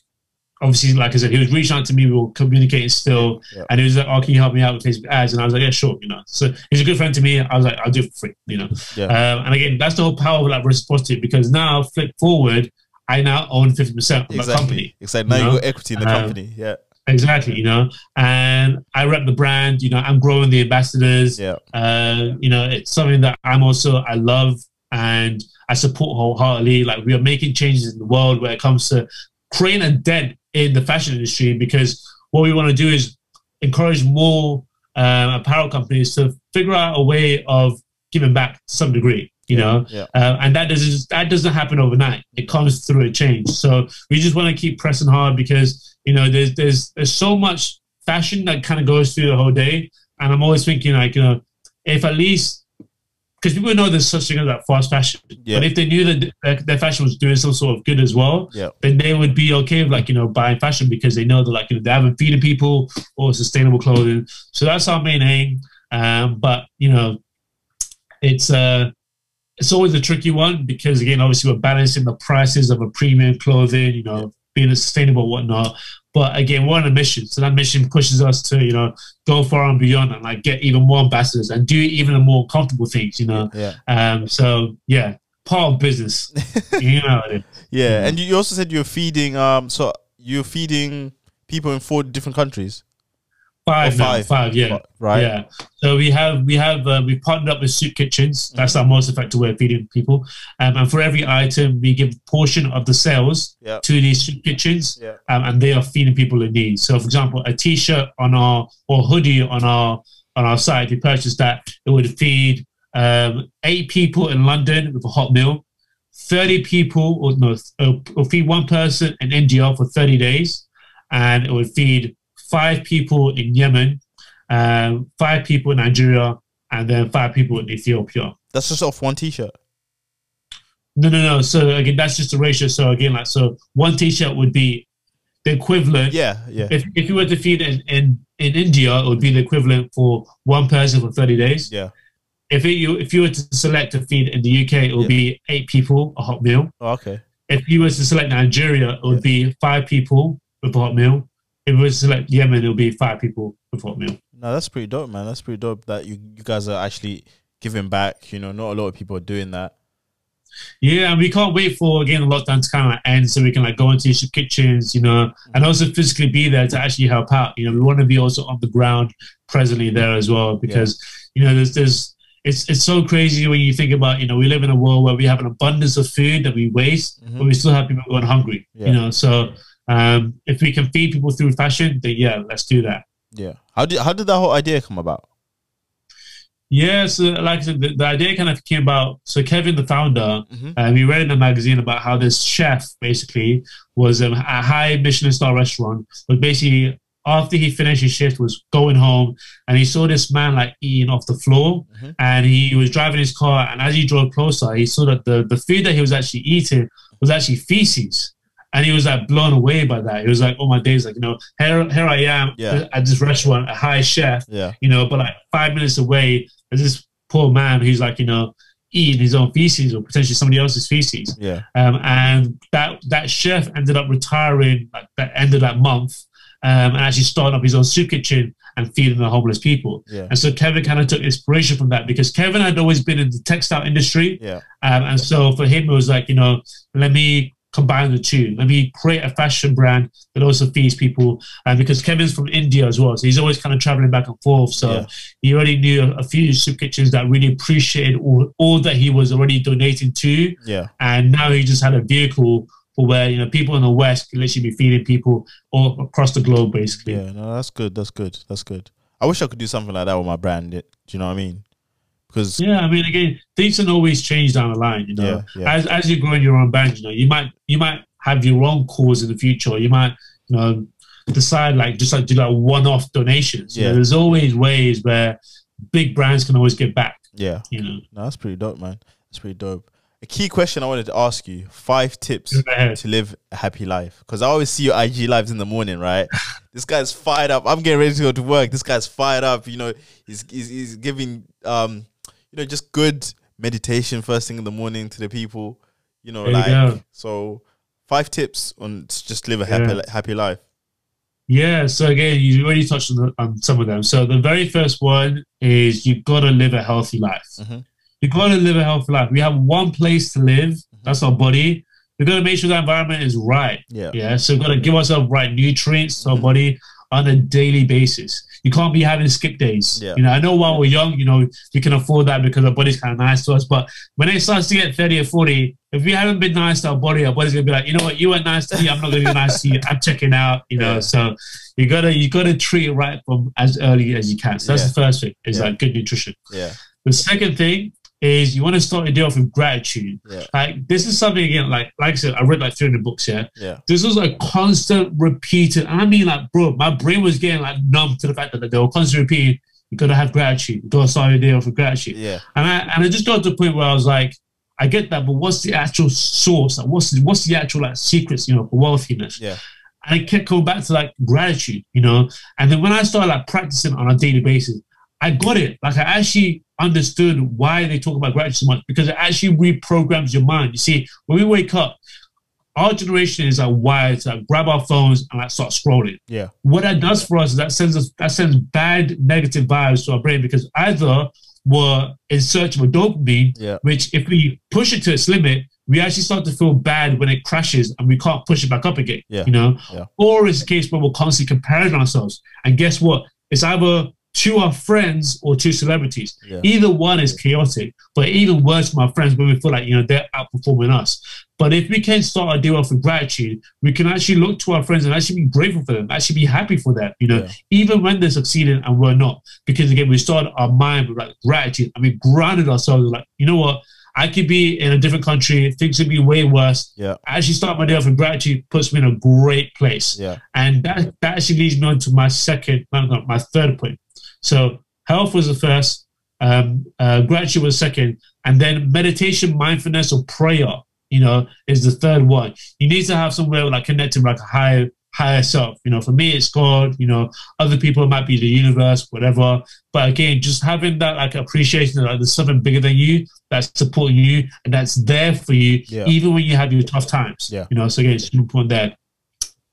[SPEAKER 1] obviously like I said he was reaching out to me we were communicating still
[SPEAKER 2] Yeah.
[SPEAKER 1] and he was like oh can you help me out with Facebook ads and I was like yeah sure you know so he's a good friend to me I was like I'll do it for free you know
[SPEAKER 2] Yeah.
[SPEAKER 1] um, and again that's the whole power of like responsibility because now flip forward I now own 50% of my company
[SPEAKER 2] Exactly. Exactly. Now
[SPEAKER 1] you
[SPEAKER 2] you
[SPEAKER 1] know?
[SPEAKER 2] got equity in the
[SPEAKER 1] Um,
[SPEAKER 2] company. Yeah.
[SPEAKER 1] exactly you know and I rep the brand you know I'm growing the ambassadors
[SPEAKER 2] Yeah.
[SPEAKER 1] uh, you know it's something that I'm also I love and I support wholeheartedly. Like we are making changes in the world where it comes to creating a dent in the fashion industry because what we want to do is encourage more um, apparel companies to figure out a way of giving back to some degree. You know,
[SPEAKER 2] Yeah.
[SPEAKER 1] uh, and that doesn't that doesn't happen overnight. It comes through a change. So we just want to keep pressing hard because you know there's there's there's so much fashion that kind of goes through the whole day, and I'm always thinking like you know if at least because people know there's such thing as that fast fashion,
[SPEAKER 2] Yeah.
[SPEAKER 1] but if they knew that their, their fashion was doing some sort of good as well,
[SPEAKER 2] Yeah.
[SPEAKER 1] then they would be okay with like you know buying fashion because they know that like you know, they haven't feeding people or sustainable clothing. So that's our main aim. Um, but you know, it's uh it's always a tricky one because again, obviously we're balancing the prices of a premium clothing, you know, being sustainable, whatnot. But again, we're on a mission, so that mission pushes us to you know go far and beyond and like get even more ambassadors and do even more comfortable things, you know.
[SPEAKER 2] Yeah.
[SPEAKER 1] Um, so yeah, part of
[SPEAKER 2] <laughs>
[SPEAKER 1] business, you know. how it is. Mm-hmm.
[SPEAKER 2] Yeah. And you- you also said you're feeding. Um. So you're feeding people in four different countries.
[SPEAKER 1] Five,
[SPEAKER 2] Or
[SPEAKER 1] now,
[SPEAKER 2] five.
[SPEAKER 1] five, yeah.
[SPEAKER 2] Right.
[SPEAKER 1] Yeah. So we have we have uh, we partnered up with soup kitchens.
[SPEAKER 2] Mm-hmm.
[SPEAKER 1] That's our most effective way of feeding people. Um, and for every item, we give portion of the sales
[SPEAKER 2] Yeah.
[SPEAKER 1] to these soup kitchens,
[SPEAKER 2] Yeah.
[SPEAKER 1] um, and they are feeding people in need. So, for example, a T-shirt on our or hoodie on our on our site, if you purchase that, it would feed um, eight people in London with a hot meal, thirty people or no, or, or feed one person in India for thirty days, and it would feed five people in Yemen, um, five people in Nigeria, and then five people in Ethiopia.
[SPEAKER 2] That's just off one T-shirt.
[SPEAKER 1] No, no, no. So again, that's just a ratio. So again, like so, one T-shirt would be the equivalent.
[SPEAKER 2] Yeah. Yeah.
[SPEAKER 1] If if you were to feed in, in in India, it would be the equivalent for one person for thirty days.
[SPEAKER 2] Yeah.
[SPEAKER 1] If it, you if you were to select a feed in the UK, it would be eight people a hot meal.
[SPEAKER 2] Oh, okay.
[SPEAKER 1] If you were to select Nigeria, it would be five people with a hot meal. If you were to select Yemen, it would be five people with a hot meal.
[SPEAKER 2] No, that's pretty dope, man. That's pretty dope that you you guys are actually giving back. You know, not a lot of people are doing that.
[SPEAKER 1] Yeah, and we can't wait for again the lockdown to kind of end so we can like go into your kitchens, you know, and also physically be there to actually help out. You know, we want to be also on the ground presently there as well because you know there's there's it's it's so crazy when you think about you know we live in a world where we have an abundance of food that we waste,
[SPEAKER 2] Mhm.
[SPEAKER 1] but we still have people going hungry.
[SPEAKER 2] Yeah.
[SPEAKER 1] You know, so um, if we can feed people through fashion, then yeah, let's do that.
[SPEAKER 2] Yeah. How did how did that whole idea come about?
[SPEAKER 1] Yeah, so uh, like I said, the, the idea kind of came about. So Kevin, the founder,
[SPEAKER 2] Mhm.
[SPEAKER 1] um, he read in a magazine about how this chef basically was um, a high Michelin star restaurant, but basically after he finished his shift was going home and he saw this man like eating off the floor
[SPEAKER 2] Mhm.
[SPEAKER 1] and he was driving his car and as he drove closer he saw that the, the food that he was actually eating was actually feces and he was like blown away by that he was like oh my days like you know here, here i am
[SPEAKER 2] Yeah.
[SPEAKER 1] at this restaurant a high chef
[SPEAKER 2] Yeah.
[SPEAKER 1] you know, but like five minutes away, there's this poor man who's like, you know, eating his own feces or potentially somebody else's feces.
[SPEAKER 2] Yeah.
[SPEAKER 1] Um, and that that chef ended up retiring like the end of that month um, and actually starting up his own soup kitchen and feeding the homeless people.
[SPEAKER 2] Yeah.
[SPEAKER 1] And so Kevin kind of took inspiration from that because Kevin had always been in the textile industry.
[SPEAKER 2] Yeah.
[SPEAKER 1] Um, and so for him, it was like, you know, let me combine the two. Let me create a fashion brand that also feeds people. Uh, because Kevin's from India as well. So he's always kind of traveling back and forth. So
[SPEAKER 2] Yeah.
[SPEAKER 1] he already knew a, a few soup kitchens that really appreciated all, all that he was already donating to.
[SPEAKER 2] Yeah.
[SPEAKER 1] And now he just had a vehicle but where you know people in the West can literally be feeding people all across the globe, basically.
[SPEAKER 2] Yeah, no, that's good. That's good. That's good. I wish I could do something like that with my brand. Do you know what I mean? Because
[SPEAKER 1] Yeah, I mean, again, things can always change down the line. You know,
[SPEAKER 2] Yeah, yeah.
[SPEAKER 1] as as you're growing your own band, you know, you might you might have your own cause in the future. or You might you know decide like just like do like one off donations. You know,
[SPEAKER 2] Yeah.
[SPEAKER 1] there's always ways where big brands can always get back.
[SPEAKER 2] yeah,
[SPEAKER 1] You know,
[SPEAKER 2] no, that's pretty dope, man. That's pretty dope. A key question I wanted to ask you: five tips
[SPEAKER 1] Go ahead.
[SPEAKER 2] to live a happy life. Because I always see your IG lives in the morning,
[SPEAKER 1] <laughs>
[SPEAKER 2] right? this guy's fired up. I'm getting ready to go to work. This guy's fired up. You know, he's he's, he's giving um, you know, just good meditation first thing in the morning to the people. You know,
[SPEAKER 1] There you
[SPEAKER 2] like
[SPEAKER 1] go.
[SPEAKER 2] so. Five tips on to just live a
[SPEAKER 1] Yeah.
[SPEAKER 2] happy happy life.
[SPEAKER 1] Yeah, so again, you already touched on, the, on some of them. So the very first one is you've got to live a healthy life.
[SPEAKER 2] Mhm.
[SPEAKER 1] You've got to live a healthy life. We have one place to live. That's our body. We've got to make sure the environment is right.
[SPEAKER 2] Yeah.
[SPEAKER 1] Yeah, so we've got to give ourselves right nutrients to our
[SPEAKER 2] Mhm.
[SPEAKER 1] body on a daily basis. You can't be having skip days.
[SPEAKER 2] Yeah.
[SPEAKER 1] You know, I know while we're young, you know, we can afford that because our body's kind of nice to us. But when it starts to get 30 or 40, if we haven't been nice to our body, our body's gonna be like, you know what, you weren't nice to me, I'm not gonna be nice to you. I'm checking out, you know.
[SPEAKER 2] Yeah.
[SPEAKER 1] So you gotta you gotta treat it right from as early as you can. So that's
[SPEAKER 2] Yeah.
[SPEAKER 1] the first thing, is
[SPEAKER 2] Yeah.
[SPEAKER 1] like good nutrition.
[SPEAKER 2] Yeah.
[SPEAKER 1] The second thing is you want to start your day off with gratitude.
[SPEAKER 2] Yeah.
[SPEAKER 1] Like this is something again, like like I said, I read like 300 books, yeah.
[SPEAKER 2] Yeah.
[SPEAKER 1] This was a constant repeated. And I mean, like, bro, my brain was getting like numb to the fact that they were constantly repeating, you gotta have gratitude, you gotta start your day off with gratitude.
[SPEAKER 2] Yeah.
[SPEAKER 1] And I and I just got to the point where I was like, I get that, but what's the actual source? Like, what's the, what's the actual like secrets, you know, for wealthiness?
[SPEAKER 2] Yeah.
[SPEAKER 1] And I kept going back to like gratitude, you know. And then when I started like practicing on a daily basis, I got it. Like I actually understood why they talk about gratitude so much because it actually reprograms your mind. You see, when we wake up, our generation is like wired to like, grab our phones and like start scrolling.
[SPEAKER 2] Yeah.
[SPEAKER 1] What that does for us is that sends us that sends bad negative vibes to our brain because either we're in search of a dopamine,
[SPEAKER 2] Yeah.
[SPEAKER 1] which if we push it to its limit, we actually start to feel bad when it crashes and we can't push it back up again.
[SPEAKER 2] Yeah.
[SPEAKER 1] You know?
[SPEAKER 2] Yeah.
[SPEAKER 1] Or it's a case where we're constantly comparing ourselves. And guess what? It's either to our friends or to celebrities.
[SPEAKER 2] Yeah.
[SPEAKER 1] Either one is chaotic, but even worse from our friends when we feel like, you know, they're outperforming us. But if we can start our day off with gratitude, we can actually look to our friends and actually be grateful for them, actually be happy for them, you know,
[SPEAKER 2] Yeah.
[SPEAKER 1] even when they're succeeding and we're not. Because again, we started our mind with like gratitude and we grounded ourselves like, you know what? I could be in a different country, things could be way worse.
[SPEAKER 2] Yeah.
[SPEAKER 1] I actually start my day off with gratitude, puts me in a great place.
[SPEAKER 2] Yeah.
[SPEAKER 1] And that, that actually leads me on to my second, no, no, my third point. So health was the first, um, uh, gratitude was second, and then meditation, mindfulness, or prayer, you know, is the third one. You need to have somewhere like connecting like a higher higher self. You know, for me, it's God. You know, other people it might be the universe, whatever. But again, just having that like appreciation that like, there's something bigger than you that's supporting you and that's there for you,
[SPEAKER 2] Yeah.
[SPEAKER 1] even when you have your tough times.
[SPEAKER 2] Yeah.
[SPEAKER 1] You know, so again, it's super important there.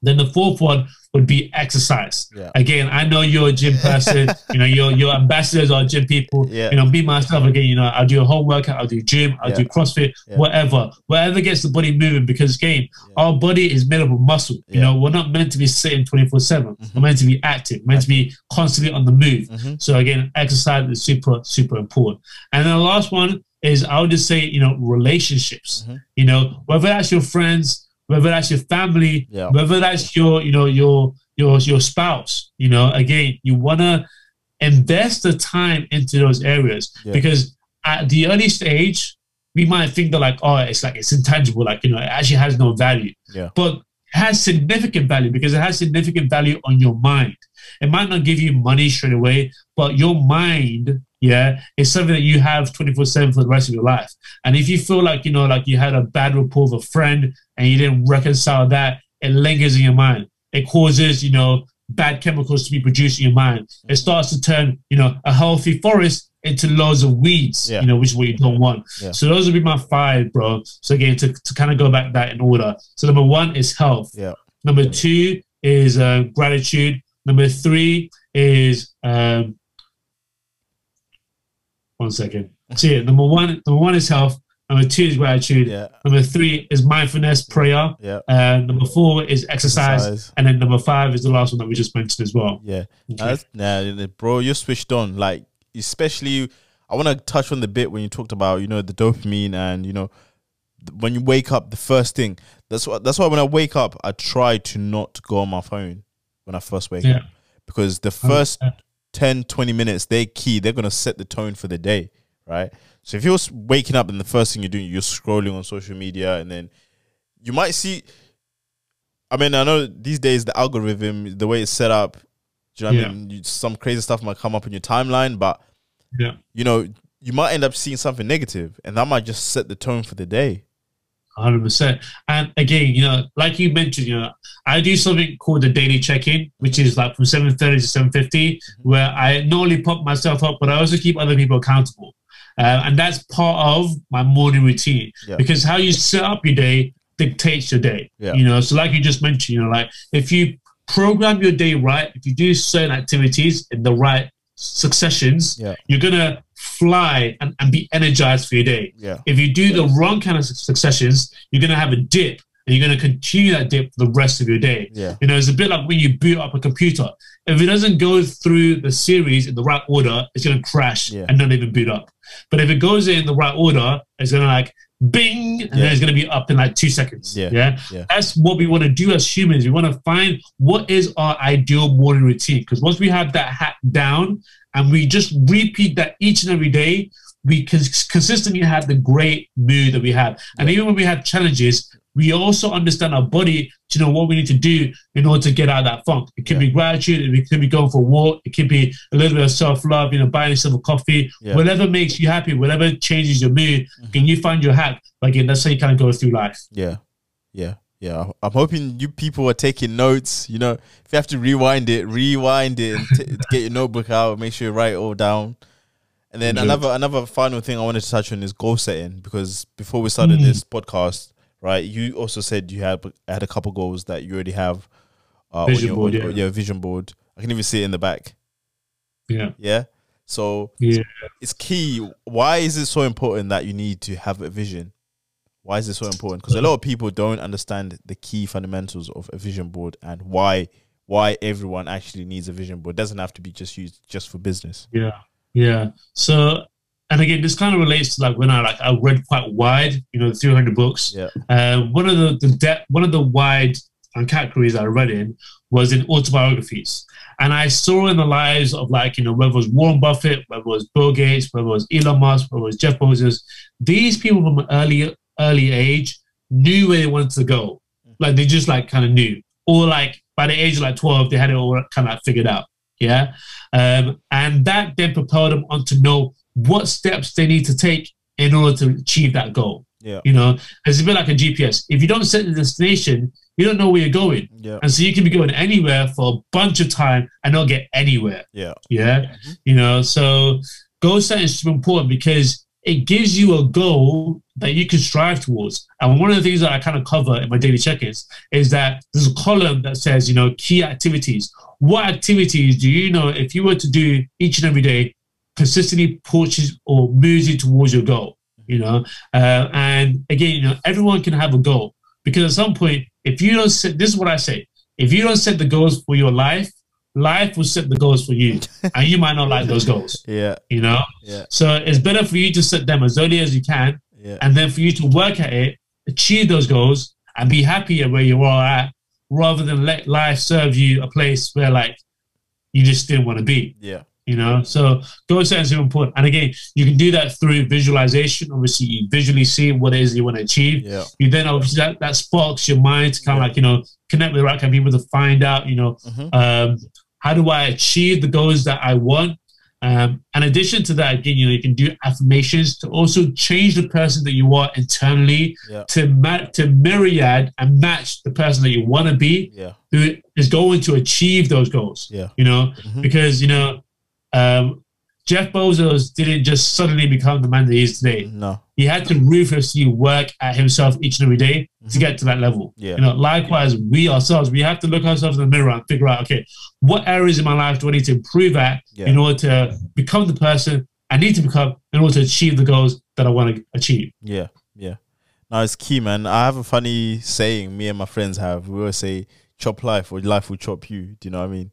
[SPEAKER 1] Then the fourth one would be exercise.
[SPEAKER 2] Yeah.
[SPEAKER 1] Again, I know you're a
[SPEAKER 2] <laughs>
[SPEAKER 1] gym person. you know, your your ambassadors are gym people.
[SPEAKER 2] Yeah.
[SPEAKER 1] You know, me myself again. You know, I do a whole workout. I do gym. I
[SPEAKER 2] Yeah.
[SPEAKER 1] do CrossFit.
[SPEAKER 2] Yeah.
[SPEAKER 1] Whatever, whatever gets the body moving. Because again,
[SPEAKER 2] Yeah.
[SPEAKER 1] our body is made up of muscle. You
[SPEAKER 2] Yeah.
[SPEAKER 1] know, we're not meant to be sitting twenty four seven.
[SPEAKER 2] Mhm.
[SPEAKER 1] We're meant to be active. We're meant to be constantly on the move.
[SPEAKER 2] Mhm.
[SPEAKER 1] So again, exercise is super super important. And then the last one is I would just say you know relationships.
[SPEAKER 2] Mhm.
[SPEAKER 1] You know, whether that's your friends, whether that's your family,
[SPEAKER 2] Yeah.
[SPEAKER 1] whether that's your you know your your your spouse you know again you want to invest the time into those areas
[SPEAKER 2] Yeah.
[SPEAKER 1] because at the early stage we might think that like oh it's like it's intangible like you know it actually has no value
[SPEAKER 2] Yeah.
[SPEAKER 1] but it has significant value because it has significant value on your mind it might not give you money straight away but your mind yeah is something that you have 24 7 for the rest of your life and if you feel like you know like you had a bad rapport with a friend and you didn't reconcile that, it lingers in your mind. It causes, you know, bad chemicals to be produced in your mind.
[SPEAKER 2] Mm-hmm.
[SPEAKER 1] It starts to turn, you know, a healthy forest into loads of weeds,
[SPEAKER 2] Yeah.
[SPEAKER 1] you know, which is what you don't want.
[SPEAKER 2] Yeah.
[SPEAKER 1] So those would be my five, bro. So again, to, to kind of go back that in order. So number one is health.
[SPEAKER 2] Yeah.
[SPEAKER 1] Number two is uh, gratitude. Number three is um, one second. So yeah, number one, number one is health. Number two is gratitude.
[SPEAKER 2] Yeah.
[SPEAKER 1] Number three is mindfulness, prayer.
[SPEAKER 2] Yeah.
[SPEAKER 1] Uh, number four is exercise.
[SPEAKER 2] Exercise.
[SPEAKER 1] And then number five is the last one that we just mentioned as well.
[SPEAKER 2] Yeah.
[SPEAKER 1] Okay.
[SPEAKER 2] That's, nah, bro, you're switched on. Like, especially, I want to touch on the bit when you talked about, you know, the dopamine and, you know, when you wake up, the first thing that's what that's why when I wake up, I try to not go on my phone when I first wake
[SPEAKER 1] Yeah.
[SPEAKER 2] up because the
[SPEAKER 1] Oh,
[SPEAKER 2] first
[SPEAKER 1] yeah.
[SPEAKER 2] 10, 20 minutes they're key. They're gonna set the tone for the day, right? So if you're s- waking up and the first thing you're doing, you're scrolling on social media, and then you might see. I mean, I know these days the algorithm, the way it's set up, do you know what
[SPEAKER 1] Yeah.
[SPEAKER 2] I mean? You, some crazy stuff might come up in your timeline, but
[SPEAKER 1] Yeah.
[SPEAKER 2] you know, you might end up seeing something negative, and that might just set the tone for the day.
[SPEAKER 1] hundred percent. And again, you know, like you mentioned, you know, I do something called the daily check-in, which is like from seven thirty to seven fifty,
[SPEAKER 2] Mm-hmm.
[SPEAKER 1] where I not only pop myself up, but I also keep other people accountable, uh, and that's part of my morning routine
[SPEAKER 2] Yeah.
[SPEAKER 1] because how you set up your day dictates your day.
[SPEAKER 2] Yeah.
[SPEAKER 1] You know, so like you just mentioned, you know, like if you program your day right, if you do certain activities in the right successions,
[SPEAKER 2] Yeah.
[SPEAKER 1] you're gonna fly and, and be energized for your day.
[SPEAKER 2] Yeah,
[SPEAKER 1] If you do the wrong kind of su- successions, you're going to have a dip and you're going to continue that dip for the rest of your day.
[SPEAKER 2] yeah,
[SPEAKER 1] You know, it's a bit like when you boot up a computer. If it doesn't go through the series in the right order, it's going to crash
[SPEAKER 2] Yeah.
[SPEAKER 1] and not even boot up. But if it goes in the right order, it's going to like bing and
[SPEAKER 2] Yeah.
[SPEAKER 1] then it's going to be up in like two seconds.
[SPEAKER 2] Yeah.
[SPEAKER 1] Yeah.
[SPEAKER 2] Yeah.
[SPEAKER 1] That's what we want to do as humans. We want to find what is our ideal morning routine. Because once we have that hack down and we just repeat that each and every day, we can consistently have the great mood that we have. And even when we have challenges, we also understand our body to know what we need to do in order to get out of that funk. It could
[SPEAKER 2] Yeah.
[SPEAKER 1] be gratitude, it could be going for a walk, it could be a little bit of self love, you know, buying yourself a coffee,
[SPEAKER 2] Yeah.
[SPEAKER 1] whatever makes you happy, whatever changes your mood.
[SPEAKER 2] Mhm.
[SPEAKER 1] Can you find your hack? Like, yeah, that's how you kind of go through life.
[SPEAKER 2] yeah, yeah, yeah. I'm hoping you people are taking notes. You know, if you have to rewind it, rewind it, and t- get your notebook out, make sure you write it all down. And then
[SPEAKER 1] Indeed.
[SPEAKER 2] another another final thing I wanted to touch on is goal setting because before we started
[SPEAKER 1] Mm.
[SPEAKER 2] this podcast, right, you also said you had had a couple goals that you already have. Uh,
[SPEAKER 1] Vision
[SPEAKER 2] on your,
[SPEAKER 1] board,
[SPEAKER 2] on your-
[SPEAKER 1] yeah.
[SPEAKER 2] yeah, vision board. I can even see it in the back.
[SPEAKER 1] Yeah.
[SPEAKER 2] Yeah. So
[SPEAKER 1] Yeah.
[SPEAKER 2] it's key. Why is it so important that you need to have a vision? Why is it so important? Because a lot of people don't understand the key fundamentals of a vision board and why why everyone actually needs a vision board. It doesn't have to be just used just for business.
[SPEAKER 1] Yeah, yeah. So, and again, this kind of relates to like when I like I read quite wide, you know, three hundred books.
[SPEAKER 2] Yeah.
[SPEAKER 1] Uh, one of the the de- one of the wide um, categories I read in was in autobiographies, and I saw in the lives of like you know whether it was Warren Buffett, whether it was Bill Gates, whether it was Elon Musk, whether it was Jeff Bezos, these people from an early early age knew where they wanted to go. Like they just like kind of knew, or like by the age of like twelve, they had it all kind of like figured out. Yeah. Um, and that then propelled them on to know what steps they need to take in order to achieve that goal.
[SPEAKER 2] Yeah.
[SPEAKER 1] You know, it's a bit like a GPS. If you don't set the destination, you don't know where you're going.
[SPEAKER 2] Yeah.
[SPEAKER 1] And so you can be going anywhere for a bunch of time and not get anywhere.
[SPEAKER 2] Yeah.
[SPEAKER 1] Yeah. You know, so goal setting is super important because it gives you a goal that you can strive towards. And one of the things that I kind of cover in my daily check-ins is that there's a column that says, you know, key activities. What activities do you know if you were to do each and every day consistently pushes or moves you towards your goal? You know, uh, and again, you know, everyone can have a goal because at some point, if you don't set, this is what I say: if you don't set the goals for your life, life will set the goals for you and you might not like those goals,
[SPEAKER 2] Yeah.
[SPEAKER 1] you know?
[SPEAKER 2] Yeah.
[SPEAKER 1] So it's better for you to set them as early as you can
[SPEAKER 2] Yeah.
[SPEAKER 1] and then for you to work at it, achieve those goals, and be happy at where you are at rather than let life serve you a place where, like, you just didn't want to be,
[SPEAKER 2] Yeah.
[SPEAKER 1] you know? So goal setting is super important. And again, you can do that through visualization. Obviously, you visually see what it is you want to achieve
[SPEAKER 2] Yeah.
[SPEAKER 1] you then obviously that, that sparks your mind to kind of
[SPEAKER 2] Yeah.
[SPEAKER 1] like you know connect with the right kind of people to find out you know
[SPEAKER 2] Mhm.
[SPEAKER 1] um, how do I achieve the goals that I want. Um, in addition to that, again, you know, you can do affirmations to also change the person that you are internally
[SPEAKER 2] Yeah.
[SPEAKER 1] to ma- to myriad and match the person that you want to be
[SPEAKER 2] Yeah.
[SPEAKER 1] who is going to achieve those goals.
[SPEAKER 2] Yeah.
[SPEAKER 1] You know,
[SPEAKER 2] Mhm.
[SPEAKER 1] because you know, um, Jeff Bezos didn't just suddenly become the man that he is today
[SPEAKER 2] No.
[SPEAKER 1] he had to ruthlessly work at himself each and every day to
[SPEAKER 2] Mhm.
[SPEAKER 1] get to that level.
[SPEAKER 2] Yeah.
[SPEAKER 1] You know, likewise, we ourselves, we have to look ourselves in the mirror and figure out, okay, what areas in my life do I need to improve at
[SPEAKER 2] Yeah.
[SPEAKER 1] in order to become the person I need to become in order to achieve the goals that I want to
[SPEAKER 2] <laughs>
[SPEAKER 1] achieve.
[SPEAKER 2] Yeah, yeah. Now it's key, man. I have a funny saying me and my friends have. We always say, chop life or life will chop you. Do you know what I mean?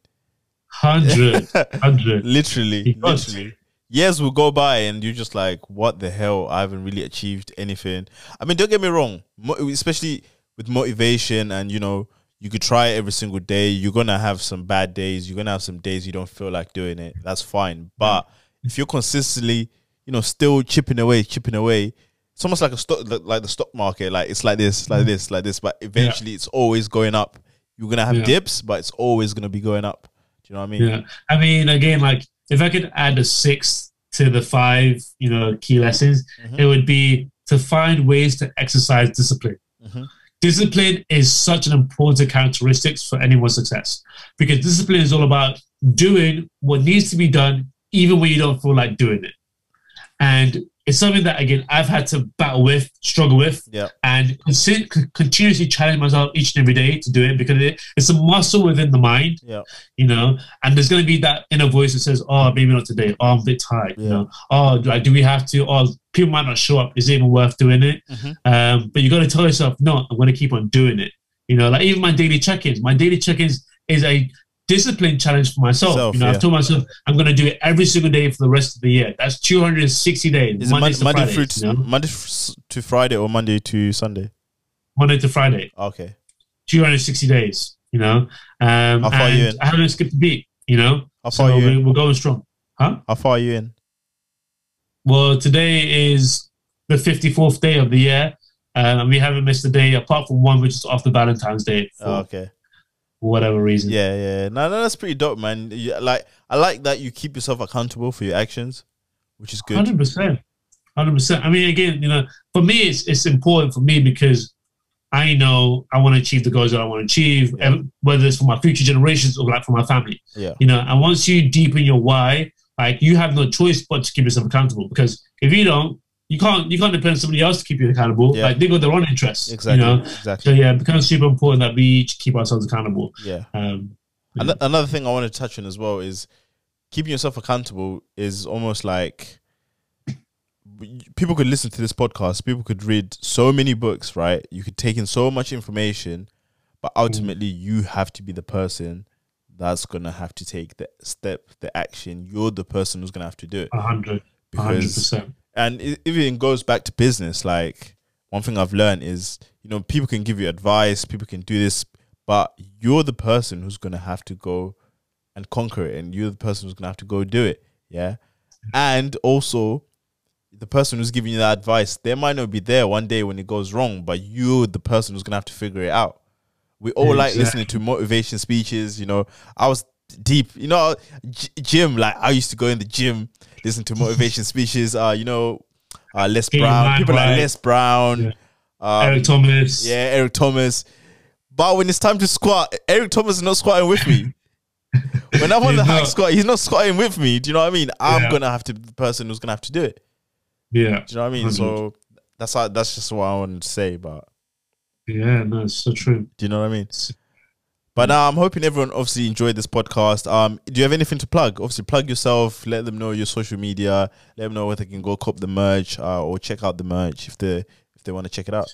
[SPEAKER 1] <laughs> Hundred, hundred.
[SPEAKER 2] Literally.
[SPEAKER 1] Because-
[SPEAKER 2] Literally. years will go by and you're just like, what the hell? I haven't really achieved anything. I mean, don't get me wrong, mo- especially with motivation and, you know, you could try every single day. You're going to have some bad days. You're going to have some days you don't feel like doing it. That's fine. But if you're consistently, you know, still chipping away, chipping away, it's almost like a stock, like the stock market. Like it's like this,
[SPEAKER 1] Mm.
[SPEAKER 2] like this, like this. But eventually it's always going up. You're going to have
[SPEAKER 1] Yeah.
[SPEAKER 2] dips, but it's always going to be going up. Do you know what I mean?
[SPEAKER 1] Yeah. I mean, again, like if I could add a sixth to the five, you know, key lessons,
[SPEAKER 2] Mhm.
[SPEAKER 1] it would be to find ways to exercise discipline.
[SPEAKER 2] Mhm.
[SPEAKER 1] Discipline is such an important characteristic for anyone's success because discipline is all about doing what needs to be done, even when you don't feel like doing it. And it's something that, again, I've had to battle with, struggle with,
[SPEAKER 2] Yeah.
[SPEAKER 1] and consi- c- continuously challenge myself each and every day to do it because it, it's a muscle within the mind you know and there's going to be that inner voice that says oh maybe not today oh i'm a bit tired
[SPEAKER 2] Yeah.
[SPEAKER 1] you know oh like do we have to oh people might not show up is it even worth doing it
[SPEAKER 2] Mhm.
[SPEAKER 1] um, but you got to tell yourself no i'm going to keep on doing it you know like even my daily check-ins my daily check-ins is a discipline challenge for myself
[SPEAKER 2] Self,
[SPEAKER 1] you know
[SPEAKER 2] yeah.
[SPEAKER 1] i've told myself i'm going to do it every single day for the rest of the year that's 260 days Monday,
[SPEAKER 2] Is it Monday,
[SPEAKER 1] to
[SPEAKER 2] Monday,
[SPEAKER 1] Friday,
[SPEAKER 2] through
[SPEAKER 1] you know?
[SPEAKER 2] Monday f- to Friday or Monday to Sunday?
[SPEAKER 1] Monday to friday
[SPEAKER 2] Okay.
[SPEAKER 1] 260 days you know um,
[SPEAKER 2] How far
[SPEAKER 1] and
[SPEAKER 2] you in?
[SPEAKER 1] i haven't skipped a beat you know
[SPEAKER 2] How far
[SPEAKER 1] so
[SPEAKER 2] you in?
[SPEAKER 1] we- we're going strong huh
[SPEAKER 2] How far are you in?
[SPEAKER 1] Well, today is the 54th day of the year, um, and we haven't missed a day apart from one, which is after Valentine's Day for
[SPEAKER 2] Oh, okay.
[SPEAKER 1] whatever reason.
[SPEAKER 2] Yeah, yeah. No, no, that's pretty dope, man. You, like, I like that you keep yourself accountable for your actions, which is good.
[SPEAKER 1] 100%. 100%. I mean, again, you know, for me, it's, it's important for me because I know I want to achieve the goals that I want to achieve,
[SPEAKER 2] Yeah.
[SPEAKER 1] ev- whether it's for my future generations or like for my family.
[SPEAKER 2] Yeah.
[SPEAKER 1] You know, and once you deepen your why, like you have no choice but to keep yourself accountable because if you don't, you can't you can't depend on somebody else to keep you accountable.
[SPEAKER 2] Yeah.
[SPEAKER 1] Like they got their own interests.
[SPEAKER 2] Exactly.
[SPEAKER 1] You know, So
[SPEAKER 2] Exactly.
[SPEAKER 1] yeah, it becomes super important that we each keep ourselves accountable.
[SPEAKER 2] Yeah.
[SPEAKER 1] Um,
[SPEAKER 2] Ano- Another thing I want to touch on as well is keeping yourself accountable is almost like people could listen to this podcast, people could read so many books, right? You could take in so much information, but ultimately you have to be the person that's going to have to take the step, the action. You're the person who's going to have to do it.
[SPEAKER 1] a hundred, a hundred
[SPEAKER 2] Because
[SPEAKER 1] percent.
[SPEAKER 2] and it even goes back to business. Like one thing I've learned is, you know, people can give you advice, people can do this, but you're the person who's gonna have to go and conquer it, and you're the person who's gonna have to go do it. Yeah, and also the person who's giving you that advice, they might not be there one day when it goes wrong, but you're the person who's gonna have to figure it out. We all like
[SPEAKER 1] Exactly.
[SPEAKER 2] listening to motivation speeches. You know, I was deep. You know, g- gym. Like I used to go in the gym, listen
[SPEAKER 1] <laughs>
[SPEAKER 2] to motivation speeches. Uh, you know, uh, Les
[SPEAKER 1] Get your
[SPEAKER 2] Brown.
[SPEAKER 1] mind
[SPEAKER 2] People like
[SPEAKER 1] right.
[SPEAKER 2] Les Brown.
[SPEAKER 1] Yeah.
[SPEAKER 2] Um,
[SPEAKER 1] Eric Thomas.
[SPEAKER 2] yeah, Eric Thomas. But when it's time to squat, Eric Thomas is not squatting with
[SPEAKER 1] <laughs>
[SPEAKER 2] me. when I'm on
[SPEAKER 1] He's
[SPEAKER 2] the hack
[SPEAKER 1] not.
[SPEAKER 2] squat, he's not squatting with me. Do you know what I mean? I'm
[SPEAKER 1] Yeah.
[SPEAKER 2] gonna have to be the person who's gonna have to do it.
[SPEAKER 1] yeah,
[SPEAKER 2] Do you know what I mean? So that's how, that's just what I wanted to say. But
[SPEAKER 1] yeah. No, it's so true.
[SPEAKER 2] do you know what I mean?
[SPEAKER 1] S-
[SPEAKER 2] But now I'm hoping everyone obviously enjoyed this podcast. Um, do you have anything to plug? Obviously, plug yourself. Let them know your social media. Let them know where they can go cop the merch uh, or check out the merch if they if they want to check it out.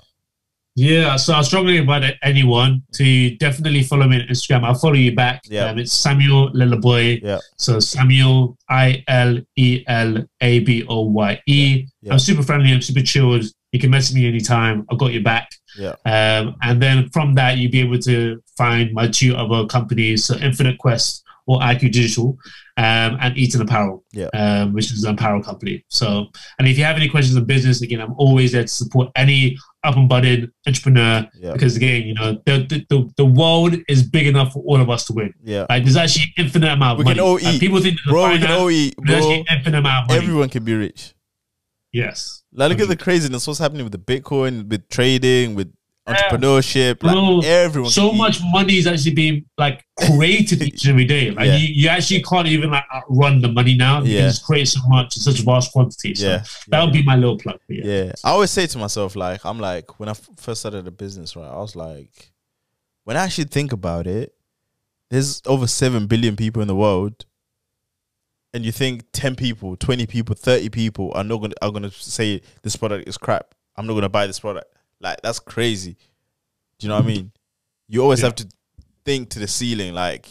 [SPEAKER 1] Yeah, so I strongly invite anyone to definitely follow me on Instagram. I'll follow you back.
[SPEAKER 2] Yeah.
[SPEAKER 1] Um, it's Samuel Lelaboy.
[SPEAKER 2] Yeah.
[SPEAKER 1] So Samuel I L E L A B O Y E.
[SPEAKER 2] Yeah.
[SPEAKER 1] I'm super friendly. I'm super chilled. You can message me anytime. I've got your back.
[SPEAKER 2] Yeah.
[SPEAKER 1] Um, and then from that, you'll be able to find my two other companies, so Infinite Quest or IQ Digital, um, and Eaton Apparel,
[SPEAKER 2] Yeah.
[SPEAKER 1] um, which is an apparel company. So, and if you have any questions on business, again, I'm always there to support any up and budding entrepreneur
[SPEAKER 2] Yeah,
[SPEAKER 1] because, again, you know, the, the, the, the world is big enough for all of us to win.
[SPEAKER 2] yeah,
[SPEAKER 1] Like, there's actually infinite amount of
[SPEAKER 2] We can
[SPEAKER 1] money.
[SPEAKER 2] all
[SPEAKER 1] Like,
[SPEAKER 2] eat.
[SPEAKER 1] people think
[SPEAKER 2] bro. We can
[SPEAKER 1] finance,
[SPEAKER 2] all eat,
[SPEAKER 1] there's
[SPEAKER 2] bro.
[SPEAKER 1] actually infinite amount of money.
[SPEAKER 2] Everyone can be rich.
[SPEAKER 1] yes.
[SPEAKER 2] Like, look at the craziness. What's happening with the Bitcoin, with trading, with entrepreneurship? Like,
[SPEAKER 1] Bro,
[SPEAKER 2] everyone.
[SPEAKER 1] so
[SPEAKER 2] can eat.
[SPEAKER 1] much money is actually being like created each and every day. Like
[SPEAKER 2] Yeah.
[SPEAKER 1] you, you actually can't even like outrun the money now because
[SPEAKER 2] Yeah.
[SPEAKER 1] it's created so much in such vast quantities. So
[SPEAKER 2] Yeah,
[SPEAKER 1] that would be my little plug. For you.
[SPEAKER 2] yeah. I always say to myself, like, I'm like, when I f- first started the business, right? I was like, when I actually think about it, there's over seven billion people in the world, and you think ten people, twenty people, thirty people are not gonna are gonna say this product is crap. I'm not gonna buy this product. Like, that's crazy. Do you know what I mean? You always
[SPEAKER 1] Yeah.
[SPEAKER 2] have to think to the ceiling. Like,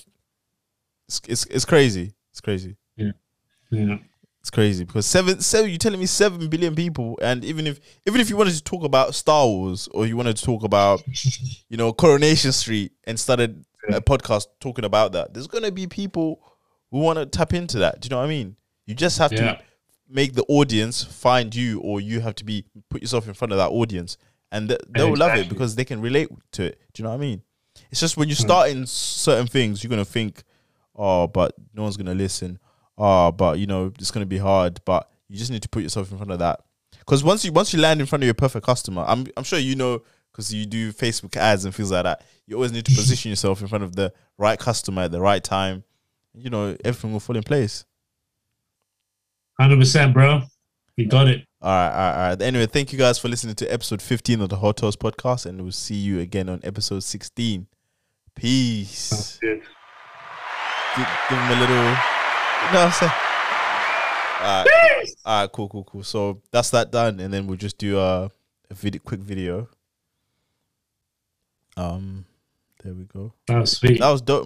[SPEAKER 2] it's it's, it's crazy. It's crazy.
[SPEAKER 1] Yeah. <laughs>
[SPEAKER 2] It's crazy because seven, seven. You're telling me seven billion people, and even if even if you wanted to talk about Star Wars or you wanted to talk about, you know, Coronation Street, and started a podcast talking about that, there's gonna be people who want to tap into that. Do you know what I mean? You just have
[SPEAKER 1] Yeah.
[SPEAKER 2] to make the audience find you, or you have to be put yourself in front of that audience, and th- they'll love it
[SPEAKER 1] Exactly.
[SPEAKER 2] because they can relate to it. Do you know what I mean? It's just when you start in certain things, you're gonna think, oh, but no one's gonna listen. Oh, but you know it's gonna be hard. But you just need to put yourself in front of that. Because once you once you land in front of your perfect customer, I'm I'm sure you know because you do Facebook ads and things like that. You always need to position yourself in front of the right customer at the right time. You know everything will fall in place.
[SPEAKER 1] Hundred percent, bro. You got it.
[SPEAKER 2] All right, all right, all right. Anyway, thank you guys for listening to episode 15 of the Hot Toast Podcast, and we'll see you again on episode 16. Peace. Give, give him a little. You know what I'm saying? All right, all right, cool, cool, cool. So that's that done, and then we'll just do a, a video, quick video. Um, there we go.
[SPEAKER 1] That was sweet.
[SPEAKER 2] That was dope.